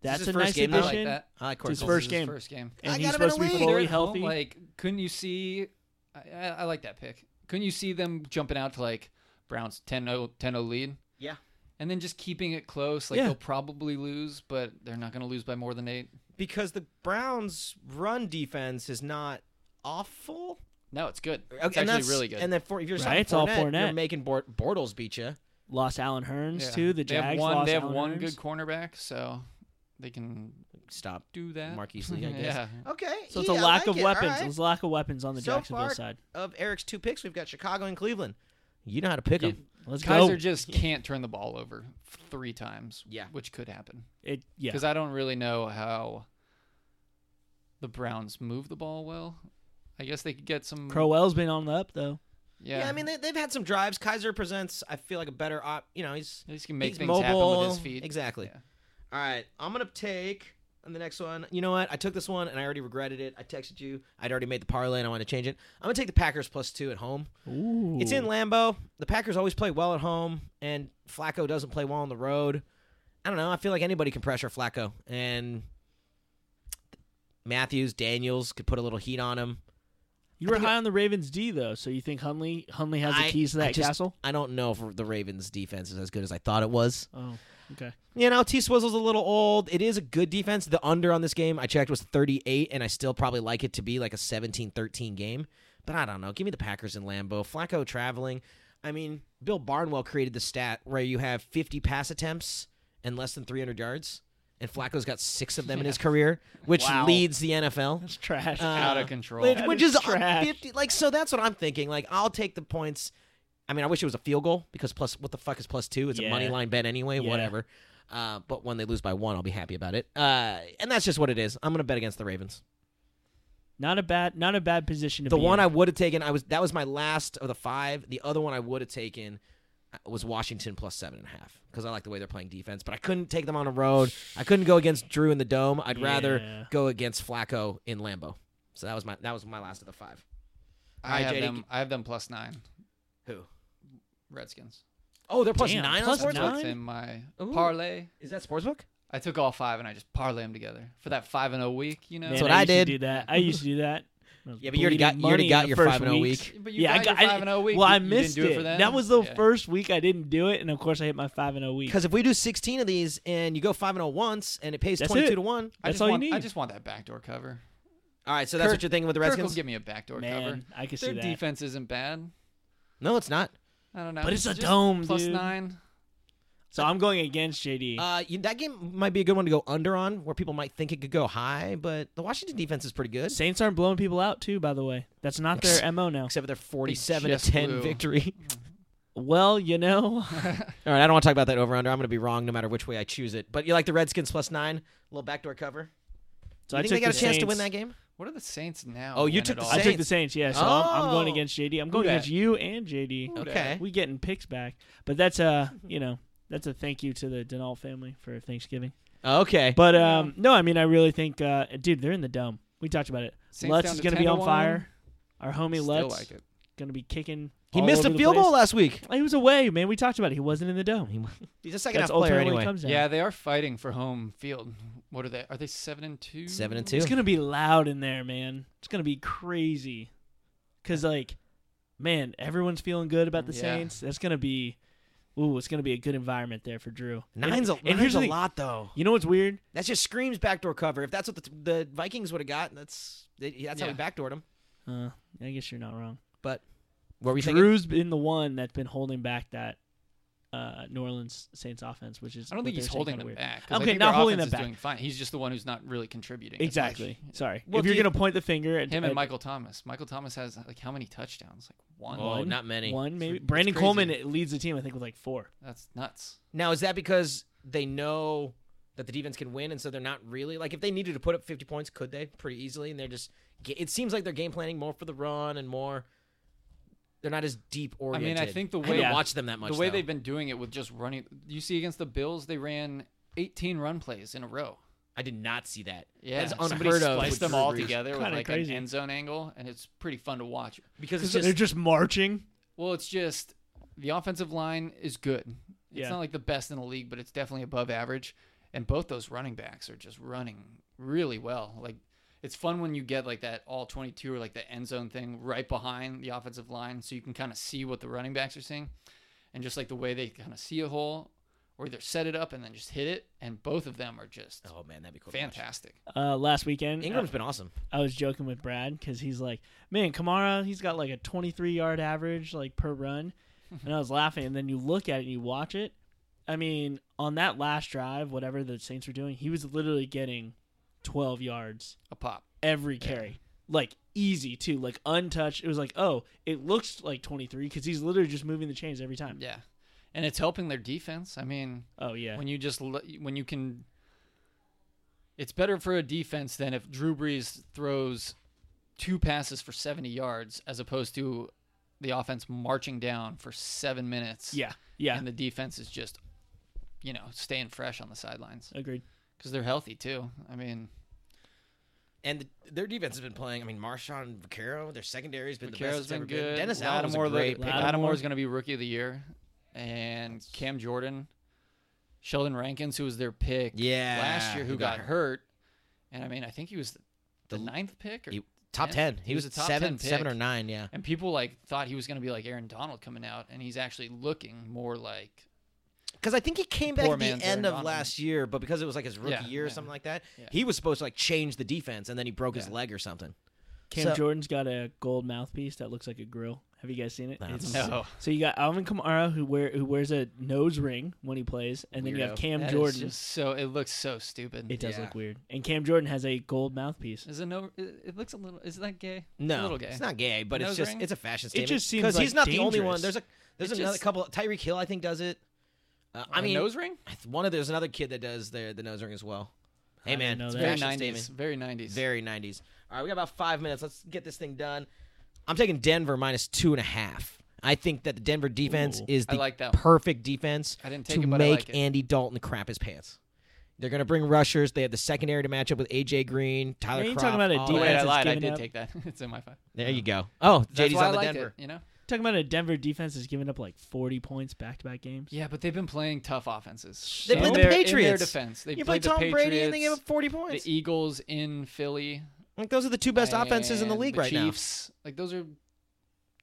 Speaker 2: That's
Speaker 1: his
Speaker 2: a
Speaker 1: first
Speaker 2: nice
Speaker 1: game
Speaker 3: I
Speaker 1: back?
Speaker 2: addition.
Speaker 3: like that.
Speaker 1: I like
Speaker 2: His
Speaker 1: Corey
Speaker 3: This
Speaker 1: Coleman.
Speaker 2: first
Speaker 3: is
Speaker 2: game.
Speaker 3: first game.
Speaker 2: And
Speaker 1: I
Speaker 2: he's
Speaker 1: got him in
Speaker 2: supposed to
Speaker 1: a
Speaker 2: be
Speaker 1: win.
Speaker 3: They're
Speaker 2: fully
Speaker 3: at home,
Speaker 2: healthy.
Speaker 3: like, couldn't you see? I, I, I like that pick. Couldn't you see them jumping out to like Browns 10-0 10-0 lead?
Speaker 1: Yeah.
Speaker 3: And then just keeping it close. Like
Speaker 2: Yeah.
Speaker 3: they'll probably lose, but they're not going to lose by more than eight.
Speaker 1: because the Browns' run defense is not awful.
Speaker 3: No, it's good.
Speaker 1: Okay, and
Speaker 3: It's actually
Speaker 1: that's-
Speaker 3: really good.
Speaker 1: And then for, if you're
Speaker 2: Right,
Speaker 1: right,
Speaker 2: it's all
Speaker 1: Fournette, you're
Speaker 2: Fournette.
Speaker 1: making Bort- Bortles beat you.
Speaker 2: lost Alan Hearns
Speaker 3: Yeah.
Speaker 2: too. The
Speaker 3: they
Speaker 2: Jags
Speaker 3: have one.
Speaker 2: lost
Speaker 3: They have
Speaker 2: Allen
Speaker 3: one
Speaker 2: Hurns.
Speaker 3: good cornerback, so they can
Speaker 1: Stop.
Speaker 3: do that.
Speaker 1: Marquise Lee, I guess.
Speaker 3: yeah.
Speaker 1: Okay.
Speaker 2: So it's a lack of weapons. It's a lack of weapons on the
Speaker 1: So
Speaker 2: Jacksonville
Speaker 1: far-
Speaker 2: side.
Speaker 1: Of Eric's two picks, we've got Chicago and Cleveland. You know how to pick
Speaker 3: Yeah.
Speaker 1: them.
Speaker 2: Let's
Speaker 3: Kaiser
Speaker 2: go.
Speaker 3: just can't turn the ball over three times.
Speaker 1: Yeah.
Speaker 3: Which could happen.
Speaker 2: It, yeah.
Speaker 3: Because I don't really know how the Browns move the ball well. I guess they could get some.
Speaker 2: Crowell's been on the up though.
Speaker 3: yeah.
Speaker 1: I mean, they, they've had some drives. Kaiser presents, I feel like, a better op. You know, he's,
Speaker 3: At least he can make
Speaker 1: he's
Speaker 3: things
Speaker 1: mobile.
Speaker 3: happen with his feet.
Speaker 1: Exactly.
Speaker 3: Yeah.
Speaker 1: All right. I'm going to take on the next one. You know what? I took this one and I already regretted it. I texted you. I'd already made the parlay and I wanted to change it. I'm going to take the Packers plus two at home.
Speaker 2: Ooh.
Speaker 1: It's in Lambeau. The Packers always play well at home, and Flacco doesn't play well on the road. I don't know. I feel like anybody can pressure Flacco, and Matthews, Daniels could put a little heat on him.
Speaker 2: You were
Speaker 1: I think
Speaker 2: high on the Ravens D though, so you think Hunley Hunley has
Speaker 1: I-
Speaker 2: the keys to
Speaker 1: I
Speaker 2: that
Speaker 1: just-
Speaker 2: castle?
Speaker 1: I don't know if the Ravens' defense is as good as I thought it was.
Speaker 2: Oh, okay.
Speaker 1: You know, T Swizzle's a little old. It is a good defense. The under on this game I checked was 38, and I still probably like it to be like a 17 13 game. But I don't know. Give me the Packers in Lambeau. Flacco traveling. I mean, Bill Barnwell created the stat where you have 50 pass attempts and less than 300 yards, and Flacco's got six of them in his career, which
Speaker 3: Wow.
Speaker 1: leads the NFL.
Speaker 2: That's trash.
Speaker 1: Uh,
Speaker 3: Out of control.
Speaker 1: Which,
Speaker 2: That
Speaker 1: which
Speaker 2: is
Speaker 1: is
Speaker 2: trash.
Speaker 1: 50. Like, so that's what I'm thinking. Like, I'll take the points. I mean, I wish it was a field goal because plus, what the fuck is plus two? It's a
Speaker 2: Yeah.
Speaker 1: money line bet anyway,
Speaker 2: Yeah.
Speaker 1: whatever. Uh, but when they lose by one, I'll be happy about it. Uh, and that's just what it is. I'm going to bet against the Ravens.
Speaker 2: not a bad not a bad position to
Speaker 1: The
Speaker 2: be
Speaker 1: one
Speaker 2: in.
Speaker 1: I would have taken, I was that was my last of the five. The other one I would have taken uh, was Washington plus seven and a half because I like the way they're playing defense. But I couldn't take them on a road. I couldn't go against Drew in the dome. I'd
Speaker 2: Yeah.
Speaker 1: rather go against Flacco in Lambeau. So that was my that was my last of the five. All
Speaker 3: I
Speaker 1: right,
Speaker 3: have
Speaker 1: JD,
Speaker 3: them. I have them plus nine.
Speaker 1: Who?
Speaker 3: Redskins.
Speaker 1: Oh, they're plus
Speaker 2: Damn,
Speaker 1: nine
Speaker 2: plus
Speaker 1: on
Speaker 3: That's
Speaker 1: sportsbook.
Speaker 2: nine?
Speaker 3: what's in my
Speaker 1: Ooh.
Speaker 3: parlay.
Speaker 1: Is that sportsbook?
Speaker 3: I took all five and I just parlay them together for that five and a week. You know.
Speaker 2: Man,
Speaker 1: That's what I
Speaker 2: used to
Speaker 1: did.
Speaker 2: do that. I used to do that. I was
Speaker 1: Yeah, but you already got-
Speaker 2: bleeding
Speaker 1: you already
Speaker 2: money
Speaker 1: got
Speaker 2: in
Speaker 1: your
Speaker 2: the first
Speaker 1: five and oh
Speaker 2: weeks.
Speaker 3: But you
Speaker 2: Yeah, I
Speaker 3: got
Speaker 2: got
Speaker 3: your
Speaker 2: I-
Speaker 3: five and oh week.
Speaker 2: Well,
Speaker 3: You-
Speaker 2: I
Speaker 3: you didn't
Speaker 2: missed
Speaker 3: do it for them?
Speaker 2: That was the
Speaker 3: Yeah.
Speaker 2: first week I didn't do it, and of course I hit my five and oh week.
Speaker 1: Because if we do sixteen of these and you go five and oh once and it pays
Speaker 2: That's
Speaker 1: twenty
Speaker 2: it.
Speaker 1: two to one,
Speaker 3: I
Speaker 2: That's
Speaker 3: just
Speaker 2: all you
Speaker 3: want, I
Speaker 2: need.
Speaker 3: just want that backdoor cover.
Speaker 1: All right, so that's
Speaker 3: Kirk-
Speaker 1: what you're thinking with the
Speaker 3: Kirk will
Speaker 1: Redskins?
Speaker 3: give me a backdoor cover.
Speaker 2: Man, I could see
Speaker 3: Their
Speaker 2: that.
Speaker 3: defense isn't bad.
Speaker 1: no, it's not.
Speaker 3: I don't know.
Speaker 2: But it's a
Speaker 3: just
Speaker 2: dome,
Speaker 3: plus
Speaker 2: dude.
Speaker 3: nine.
Speaker 2: So I'm going against JD.
Speaker 1: Uh, you, that game might be a good one to go under on, where people might think it could go high, but the Washington defense is pretty good,
Speaker 2: Saints aren't blowing people out too, by the way. That's not their mo now.
Speaker 1: except for their 47 to
Speaker 3: just
Speaker 1: 10
Speaker 3: blew.
Speaker 1: victory.
Speaker 2: Well, you know,
Speaker 1: All right, I don't want to talk about that over under. I'm going to be wrong no matter which way I choose it. But you like the Redskins plus nine, little backdoor cover.
Speaker 2: so
Speaker 1: you
Speaker 2: I
Speaker 1: think
Speaker 2: took
Speaker 1: they got a
Speaker 2: the
Speaker 1: chance to
Speaker 2: Saints.
Speaker 1: win that game?
Speaker 3: What are the Saints now?
Speaker 1: Oh, you
Speaker 3: win
Speaker 1: took
Speaker 3: it
Speaker 1: the
Speaker 3: all?
Speaker 2: I took the
Speaker 1: Saints.
Speaker 2: Saints, yeah. So I'm, I'm going
Speaker 1: Oh.
Speaker 2: against JD. I'm going
Speaker 3: dat?
Speaker 2: against you and JD.
Speaker 3: Who dat?
Speaker 1: Okay.
Speaker 2: We getting picks back, but that's a you know that's a thank you to the Denal family for Thanksgiving.
Speaker 1: Okay.
Speaker 2: But um, no, I mean I really think, uh, dude, they're in the dome. We talked about it.
Speaker 3: Saints
Speaker 2: Lutz
Speaker 3: down
Speaker 2: is
Speaker 3: to
Speaker 2: gonna
Speaker 3: 10
Speaker 2: be
Speaker 3: to
Speaker 2: on
Speaker 3: one.
Speaker 2: fire. Our homie
Speaker 3: Still
Speaker 2: Lutz
Speaker 3: like it.
Speaker 2: gonna be kicking.
Speaker 1: he
Speaker 2: all
Speaker 1: missed
Speaker 2: over
Speaker 1: a
Speaker 2: the
Speaker 1: field
Speaker 2: place.
Speaker 1: goal last week.
Speaker 2: He was away, man. We talked about it. He wasn't in the dome.
Speaker 1: He's a second
Speaker 2: That's
Speaker 1: half player
Speaker 2: ultimately what it
Speaker 1: anyway.
Speaker 2: comes down.
Speaker 3: Yeah, they are fighting for home field. What are they? Are they seven and two?
Speaker 1: Seven and two.
Speaker 2: It's gonna be loud in there, man. It's gonna be crazy. Cause like, man, everyone's feeling good about the
Speaker 3: Yeah.
Speaker 2: Saints. That's gonna be, ooh, it's gonna be a good environment there for Drew. And-
Speaker 1: Nine's a,
Speaker 2: and
Speaker 1: nine's
Speaker 2: here's the
Speaker 1: a
Speaker 2: thing.
Speaker 1: lot though.
Speaker 2: You know what's weird?
Speaker 1: That just screams backdoor cover. If that's what the, the Vikings would have got, that's they- that's how
Speaker 3: Yeah.
Speaker 1: we backdoored him.
Speaker 2: Uh, I guess you're not wrong.
Speaker 1: But what were you thinking?
Speaker 2: Drew's been the one that's been holding back that uh, New Orleans Saints offense, which is
Speaker 3: I don't
Speaker 2: what
Speaker 3: think
Speaker 2: they're
Speaker 3: he's
Speaker 2: saying
Speaker 3: holding
Speaker 2: kinda
Speaker 3: them
Speaker 2: weird.
Speaker 3: back. 'cause I
Speaker 2: Okay,
Speaker 3: think
Speaker 2: not
Speaker 3: their
Speaker 2: holding
Speaker 3: offense
Speaker 2: them back.
Speaker 3: is Doing fine. He's just the one who's not really contributing. as much.
Speaker 2: Exactly. Sorry.
Speaker 1: Well,
Speaker 2: if
Speaker 1: do
Speaker 2: you're
Speaker 1: you-
Speaker 2: gonna point the finger at
Speaker 3: Him and
Speaker 2: at
Speaker 3: Michael Thomas. Michael Thomas has like how many touchdowns? Like one.
Speaker 1: Oh, not many.
Speaker 2: one, maybe
Speaker 3: it's
Speaker 2: Brandon
Speaker 3: crazy.
Speaker 2: Coleman leads the team, I think, with like four.
Speaker 3: That's nuts.
Speaker 1: Now is that because they know that the defense can win, and so they're not really like if they needed to put up 50 points, could they pretty easily? And they're just it seems like they're game planning more for the run and more. They're not as deep
Speaker 3: I mean,
Speaker 1: oriented.
Speaker 3: I think the
Speaker 1: I
Speaker 3: way
Speaker 1: didn't
Speaker 2: Yeah.
Speaker 1: watch them that much.
Speaker 3: the way
Speaker 1: though.
Speaker 3: they've been doing it with just running. You see, against the Bills, they ran 18 run plays in a row.
Speaker 1: I did not see that.
Speaker 3: Yeah,
Speaker 1: is
Speaker 3: somebody
Speaker 1: unheard of
Speaker 3: spliced
Speaker 1: with
Speaker 3: them
Speaker 1: Drew
Speaker 3: all
Speaker 1: Brees.
Speaker 3: together with
Speaker 2: Kinda
Speaker 3: like
Speaker 2: crazy.
Speaker 3: an end zone angle, and it's pretty fun to watch.
Speaker 1: because it's
Speaker 2: Because they're
Speaker 1: just
Speaker 2: just marching.
Speaker 3: Well, it's just the offensive line is good. It's
Speaker 2: Yeah.
Speaker 3: not like the best in the league, but it's definitely above average. And both those running backs are just running really well. Like it's fun when you get like that all 22 or like the end zone thing right behind the offensive line so you can kind of see what the running backs are seeing. And just like the way they kind of see a hole or either set it up and then just hit it and both of them are just
Speaker 1: oh man, that'd be cool. to watch.
Speaker 3: fantastic.
Speaker 2: Uh, last weekend, uh,
Speaker 1: Ingram's been awesome.
Speaker 2: I was joking with Brad because he's like, man, Kamara, he's got like a 23 yard average like per run, and I was laughing. And then you look at it and you watch it. I mean, on that last drive, whatever the Saints were doing, he was literally getting 12 yards
Speaker 3: A pop.
Speaker 2: every carry, like easy too, like untouched. It was like, oh, it looks like 23 because he's literally just moving the chains every time.
Speaker 3: Yeah. And it's helping their defense. I mean,
Speaker 2: Oh yeah,
Speaker 3: when you just l- when you can it's better for a defense than if Drew Brees throws two passes for 70 yards as opposed to the offense marching down for 7 minutes
Speaker 2: yeah, yeah.
Speaker 3: and the defense is just you know staying fresh on the sidelines
Speaker 2: Agreed.
Speaker 3: cuz they're healthy too i mean
Speaker 1: And the, their defense has been playing. I mean, Marshawn Vaccaro, their secondary's been the best
Speaker 3: Vaquero's
Speaker 1: it's ever
Speaker 3: been good
Speaker 1: Dennis Allen's
Speaker 3: Lattimore
Speaker 1: a great
Speaker 3: the,
Speaker 1: pick.
Speaker 2: Lattimore.
Speaker 3: Lattimore's going to be rookie of the year and Cam Jordan Sheldon Rankins who was their pick
Speaker 1: Yeah,
Speaker 3: last year who
Speaker 1: he got
Speaker 3: got, hurt and i mean i think he was the, the ninth pick or
Speaker 1: He- top ten. He,
Speaker 3: He
Speaker 1: was,
Speaker 3: was
Speaker 1: at
Speaker 3: a top
Speaker 1: seven,
Speaker 3: 10
Speaker 1: seven
Speaker 3: pick.
Speaker 1: or nine. Yeah,
Speaker 3: And people like thought he was going to be like Aaron Donald coming out, and he's actually looking more like
Speaker 1: because I think he came back
Speaker 3: Poor
Speaker 1: at the
Speaker 3: man's
Speaker 1: end
Speaker 3: Aaron
Speaker 1: of
Speaker 3: Donald.
Speaker 1: last year, but because it was like his rookie
Speaker 3: Yeah,
Speaker 1: year or
Speaker 3: yeah.
Speaker 1: something like that,
Speaker 3: Yeah.
Speaker 1: he was supposed to like change the defense, and then he broke his
Speaker 3: Yeah.
Speaker 1: leg or something.
Speaker 2: Cam
Speaker 1: So-
Speaker 2: Jordan's got a gold mouthpiece that looks like a grill. Have you guys seen it?
Speaker 1: No.
Speaker 2: It's-
Speaker 3: no.
Speaker 2: So you got Alvin Kamara who wear who wears a nose ring when he plays, and then you have
Speaker 1: Weirdo.
Speaker 2: Cam
Speaker 3: That is
Speaker 2: Jordan.
Speaker 3: just so it looks so stupid.
Speaker 2: it does
Speaker 1: yeah.
Speaker 2: look weird, and Cam Jordan has a gold mouthpiece.
Speaker 3: Is it no? It it looks a little. Is that gay?
Speaker 1: No,
Speaker 3: a little gay.
Speaker 1: it's not gay, but it's
Speaker 3: Nose
Speaker 1: just
Speaker 3: ring?
Speaker 1: it's a fashion
Speaker 2: It
Speaker 1: statement.
Speaker 2: just seems
Speaker 1: he's
Speaker 2: like
Speaker 1: not the only one.
Speaker 2: dangerous.
Speaker 1: There's a there's
Speaker 3: It
Speaker 1: another
Speaker 3: just-
Speaker 1: couple. Tyreek Hill, I think, does it. Uh, I
Speaker 3: A
Speaker 1: mean,
Speaker 3: nose ring.
Speaker 1: one of there's another kid that does the the nose ring as well. Hey
Speaker 2: didn't
Speaker 1: man,
Speaker 2: know
Speaker 1: it's
Speaker 2: that.
Speaker 1: a
Speaker 3: Very
Speaker 1: fashion
Speaker 3: nineties.
Speaker 1: statement.
Speaker 3: Very nineties.
Speaker 1: Very 90s. All right, we got about five minutes. Let's get this thing done. I'm taking Denver minus two and a half. I think that the Denver defense
Speaker 2: Ooh,
Speaker 1: is
Speaker 3: I
Speaker 1: the
Speaker 3: like that one.
Speaker 1: perfect defense
Speaker 3: I didn't
Speaker 1: to
Speaker 3: take it, but I
Speaker 1: make
Speaker 3: like it.
Speaker 1: Andy Dalton crap his pants. They're going to bring rushers. They have the secondary to match up with AJ Green, Tyler.
Speaker 2: Yeah, you're
Speaker 1: Kroft,
Speaker 2: talking about a
Speaker 1: all
Speaker 3: Oh,
Speaker 1: that.
Speaker 2: defense
Speaker 3: wait, I
Speaker 2: that's
Speaker 3: lied. I
Speaker 2: given
Speaker 3: did
Speaker 2: up.
Speaker 3: take that. it's in my five.
Speaker 1: There you go. Oh,
Speaker 3: That's
Speaker 1: JD's
Speaker 3: why I
Speaker 1: on the
Speaker 3: liked
Speaker 1: Denver.
Speaker 3: it. You know.
Speaker 2: Talking about a Denver defense that's given up like forty points back to back games.
Speaker 3: Yeah, but they've been playing tough offenses.
Speaker 1: They
Speaker 3: In
Speaker 1: played the
Speaker 3: their- In their
Speaker 1: Patriots.
Speaker 3: defense, they
Speaker 1: You play
Speaker 3: played
Speaker 1: Tom
Speaker 3: the
Speaker 1: Brady and they gave
Speaker 3: Patriots,
Speaker 1: up 40 points.
Speaker 3: the E- Eagles in Philly.
Speaker 1: like those are the two best offenses in the
Speaker 3: and
Speaker 1: league
Speaker 3: the
Speaker 1: right now.
Speaker 3: Chiefs. Like those are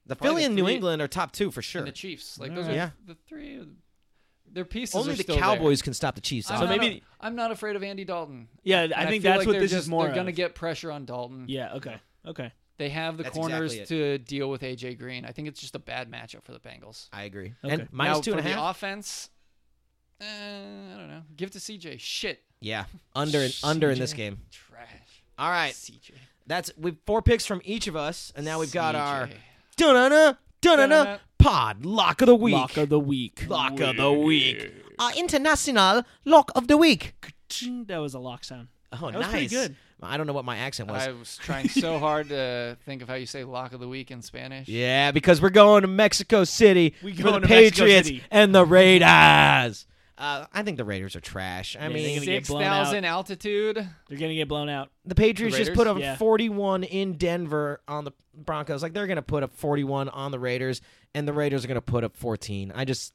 Speaker 1: The
Speaker 3: probably
Speaker 1: Philly
Speaker 3: the
Speaker 1: and New
Speaker 3: three-
Speaker 1: England are top two for sure.
Speaker 3: and the Chiefs. Like
Speaker 2: All
Speaker 3: those
Speaker 1: right.
Speaker 3: are
Speaker 1: Yeah.
Speaker 3: the three of- their pieces
Speaker 1: Only
Speaker 3: are
Speaker 1: the
Speaker 3: still there.
Speaker 1: Cowboys can stop the Chiefs.
Speaker 3: I'm
Speaker 2: So
Speaker 1: though.
Speaker 3: not-
Speaker 2: maybe-
Speaker 3: I'm not afraid of Andy Dalton.
Speaker 2: Yeah, I
Speaker 3: And
Speaker 2: think
Speaker 3: feel
Speaker 2: that's
Speaker 3: like
Speaker 2: what
Speaker 3: they're
Speaker 2: this
Speaker 3: just-
Speaker 2: is more.
Speaker 3: They're gonna
Speaker 2: of.
Speaker 3: get pressure on Dalton.
Speaker 2: Yeah. Okay. Okay.
Speaker 3: They have the
Speaker 1: That's
Speaker 3: corners
Speaker 1: exactly
Speaker 3: to deal with AJ Green. I think it's just a bad matchup for the Bengals.
Speaker 1: I agree.
Speaker 2: Okay.
Speaker 1: And minus
Speaker 3: Now,
Speaker 1: two and a
Speaker 3: for
Speaker 1: half.
Speaker 3: The offense, uh, I don't know. Give it to CJ. Shit,
Speaker 1: Yeah, under and under in this
Speaker 3: CJ.
Speaker 1: game.
Speaker 3: trash.
Speaker 1: All right,
Speaker 3: CJ.
Speaker 1: that's we've four picks from each of us, and now we've got our
Speaker 3: CJ.
Speaker 1: dun dun
Speaker 3: Dun-dun-dun.
Speaker 1: pod lock of the week.
Speaker 2: Lock of the week.
Speaker 1: Lock of the week. Our international lock of the week.
Speaker 2: That was a lock sound.
Speaker 1: Oh,
Speaker 2: That was pretty
Speaker 1: nice.
Speaker 2: good.
Speaker 1: I don't know what my accent was.
Speaker 3: I was trying so hard to think of how you say lock of the week in Spanish.
Speaker 1: Yeah, because we're going to Mexico City
Speaker 2: We
Speaker 1: for
Speaker 2: going
Speaker 1: the
Speaker 2: to Mexico
Speaker 1: Patriots
Speaker 2: City.
Speaker 1: and the Raiders. Uh, I think the Raiders are trash. I
Speaker 2: Yeah,
Speaker 1: mean,
Speaker 2: they're gonna get
Speaker 3: Six
Speaker 2: blown out.
Speaker 3: thousand altitude.
Speaker 2: They're gonna get blown out.
Speaker 1: the Patriots
Speaker 3: The
Speaker 1: just
Speaker 3: Raiders?
Speaker 1: put up
Speaker 2: Yeah.
Speaker 1: 41 in Denver on the Broncos. Like they're going to put up 41 on the Raiders, and the Raiders are going to put up 14. I just,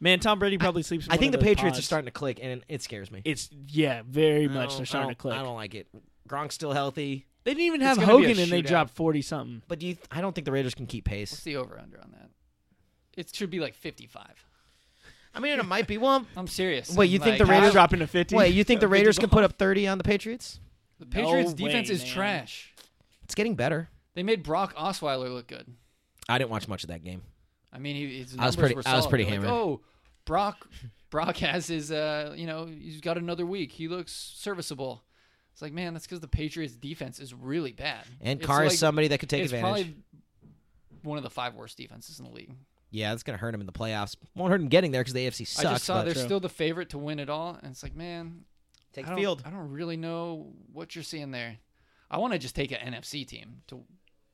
Speaker 2: Man, Tom Brady probably sleeps. In
Speaker 1: I
Speaker 2: one
Speaker 1: think the
Speaker 2: of those
Speaker 1: Patriots are
Speaker 2: pods.
Speaker 1: starting to click, and it scares me.
Speaker 2: It's yeah, very
Speaker 1: I
Speaker 2: much.
Speaker 1: don't-
Speaker 2: They're starting
Speaker 1: I
Speaker 2: to
Speaker 1: don't-
Speaker 2: click.
Speaker 1: I don't like it. Gronk's still healthy,
Speaker 2: They didn't even
Speaker 3: It's
Speaker 2: have
Speaker 3: gonna be a
Speaker 2: Hogan, and they
Speaker 3: shootout.
Speaker 2: dropped forty something.
Speaker 1: but do you? I don't think the Raiders can keep
Speaker 3: What's
Speaker 1: pace.
Speaker 3: the over under on that? It should be like fifty-five.
Speaker 1: I mean, it might be one.
Speaker 3: I'm serious.
Speaker 1: Wait, you think the
Speaker 3: Like,
Speaker 1: Raiders-
Speaker 3: I-
Speaker 2: dropping to fifty.
Speaker 1: Wait, you think the Raiders can put up 30 on the Patriots?
Speaker 3: The Patriots
Speaker 2: No
Speaker 3: defense
Speaker 2: way,
Speaker 3: is
Speaker 2: man.
Speaker 3: trash.
Speaker 1: It's getting better.
Speaker 3: They made Brock Osweiler look good.
Speaker 1: I didn't watch much of that game.
Speaker 3: I mean, he, his numbers
Speaker 1: I was pretty-
Speaker 3: were
Speaker 1: I was
Speaker 3: solid.
Speaker 1: pretty
Speaker 3: They're like,
Speaker 1: hammered.
Speaker 3: oh, Brock, Brock has his, uh, you know, he's got another week. He looks serviceable. It's like, man, that's because the Patriots defense is really bad.
Speaker 1: And
Speaker 3: It's
Speaker 1: Carr
Speaker 3: like-
Speaker 1: is somebody that could take
Speaker 3: it's
Speaker 1: advantage.
Speaker 3: probably one of the five worst defenses in the league.
Speaker 1: Yeah, that's gonna hurt him in the playoffs. Won't hurt him getting there because the AFC sucks.
Speaker 3: I just saw
Speaker 1: but-
Speaker 3: they're
Speaker 2: True.
Speaker 3: still the favorite to win it all, and it's like, man,
Speaker 1: take
Speaker 3: I don't, I don't really know what you're seeing there. I want to just take an NFC team to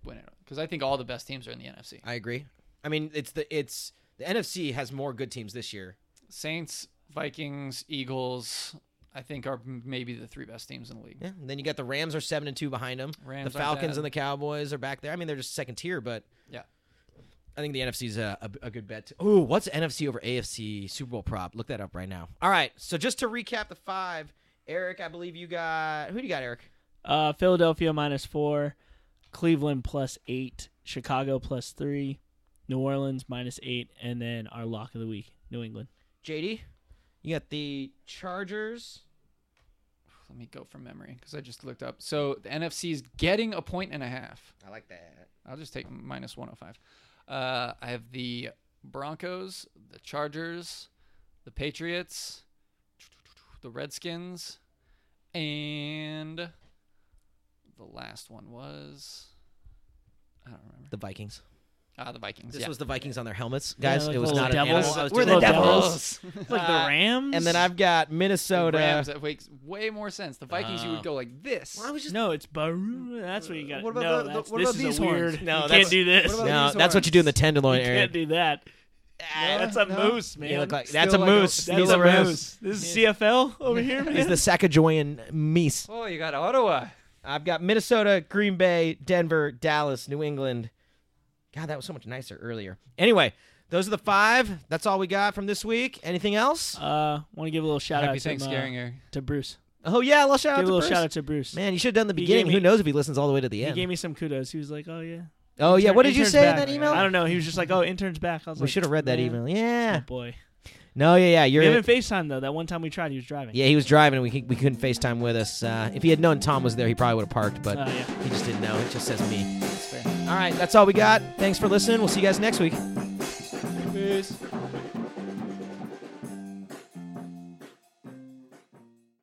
Speaker 3: win it because I think all the best teams are in the NFC.
Speaker 1: I agree. I mean, it's the it's the NFC has more good teams this year.
Speaker 3: Saints, Vikings, Eagles, I think are m- maybe the three best teams in the league.
Speaker 1: Yeah. And then you got the Rams are seven and two behind them.
Speaker 3: Rams
Speaker 1: the
Speaker 3: aren't
Speaker 1: Falcons
Speaker 3: bad.
Speaker 1: and the Cowboys are back there. I mean, they're just second tier, but
Speaker 3: Yeah.
Speaker 1: I think the NFC's a, a, a good bet. too. Ooh, what's NFC over AFC Super Bowl prop? Look that up right now. All right. So just to recap the five, Eric, I believe you got who do you got, Eric?
Speaker 2: Uh, Philadelphia minus four, Cleveland plus eight, Chicago plus three, New Orleans minus eight, and then our lock of the week, New England.
Speaker 1: JD, you got the Chargers.
Speaker 3: Let me go from memory because I just looked up. So the NFC is getting a point and a half.
Speaker 1: I like that.
Speaker 3: I'll just take minus 105. Uh, I have the Broncos, the Chargers, the Patriots, the Redskins, and the last one was. I don't remember.
Speaker 1: The Vikings.
Speaker 3: Ah, the Vikings.
Speaker 1: This
Speaker 3: yeah.
Speaker 1: was the Vikings on their helmets,
Speaker 2: Yeah,
Speaker 1: guys.
Speaker 2: like
Speaker 1: it was
Speaker 2: the
Speaker 1: not
Speaker 2: little
Speaker 1: an animal.
Speaker 2: devils.
Speaker 1: I was
Speaker 2: We're
Speaker 1: doing
Speaker 2: the
Speaker 1: it.
Speaker 2: devils.
Speaker 3: It's
Speaker 2: like the
Speaker 1: Uh,
Speaker 2: Rams.
Speaker 1: And then I've got Minnesota.
Speaker 3: The Rams, that makes way more sense. The Vikings, you
Speaker 1: Oh.
Speaker 3: would go like this.
Speaker 1: Well, I was just-
Speaker 2: no, it's Baru. That's what you got.
Speaker 3: What about
Speaker 2: no,
Speaker 3: the- the-
Speaker 2: that's,
Speaker 3: what
Speaker 2: this
Speaker 3: about
Speaker 2: is
Speaker 3: these
Speaker 2: a
Speaker 3: horns?
Speaker 2: weird.
Speaker 1: No,
Speaker 2: you
Speaker 1: that's-
Speaker 2: can't do this.
Speaker 3: what
Speaker 2: You
Speaker 3: about-
Speaker 1: no,
Speaker 3: these
Speaker 1: that's what you do in the tenderloin,
Speaker 2: can't
Speaker 1: Eric.
Speaker 2: do that.
Speaker 1: Ah,
Speaker 2: that's a
Speaker 3: no.
Speaker 2: moose, man.
Speaker 1: you look like that's a
Speaker 3: Still like a-
Speaker 1: moose.
Speaker 2: that's
Speaker 1: He's
Speaker 2: a
Speaker 1: a moose.
Speaker 2: moose. This is CFL over here, man.
Speaker 1: He's the Sacagawean Meese.
Speaker 3: oh, you got Ottawa.
Speaker 1: I've got Minnesota, Green Bay, Denver, Dallas, New England. God, that was so much nicer earlier. Anyway, those are the five. That's all we got from this week. Anything else?
Speaker 2: Uh, want to give a little shout out
Speaker 3: Happy
Speaker 2: to, him, uh,
Speaker 3: Thanksgiving. Eric.
Speaker 2: to Bruce.
Speaker 1: Oh yeah, let's shout
Speaker 2: Give
Speaker 1: out
Speaker 2: a
Speaker 1: to
Speaker 2: little
Speaker 1: Bruce.
Speaker 2: shout out to Bruce.
Speaker 1: Man, you should have done the
Speaker 2: He gave
Speaker 1: beginning.
Speaker 2: me-
Speaker 1: Who knows if he listens all the way to the
Speaker 2: he
Speaker 1: end?
Speaker 2: gave me some kudos. He was like, "Oh yeah."
Speaker 1: oh yeah,
Speaker 2: Intern-
Speaker 1: what did you
Speaker 2: intern's
Speaker 1: say in
Speaker 2: back.
Speaker 1: that email?
Speaker 2: I don't know. He was just like, "Oh, intern's back." I was
Speaker 1: we
Speaker 2: like,
Speaker 1: should have read that
Speaker 2: "Man,
Speaker 1: email.
Speaker 2: oh,
Speaker 1: Yeah.
Speaker 2: boy.
Speaker 1: No, yeah, yeah. You're
Speaker 2: we haven't FaceTime though. That one time we tried, he was driving.
Speaker 1: Yeah, he was driving and we, c- we couldn't FaceTime with us. Uh, if he had known Tom was there, he probably would have parked, but
Speaker 2: Uh, yeah.
Speaker 1: he just didn't know. It just says me.
Speaker 3: That's fair.
Speaker 1: All right, that's all we got. Thanks for listening. We'll see you guys next week.
Speaker 3: Peace.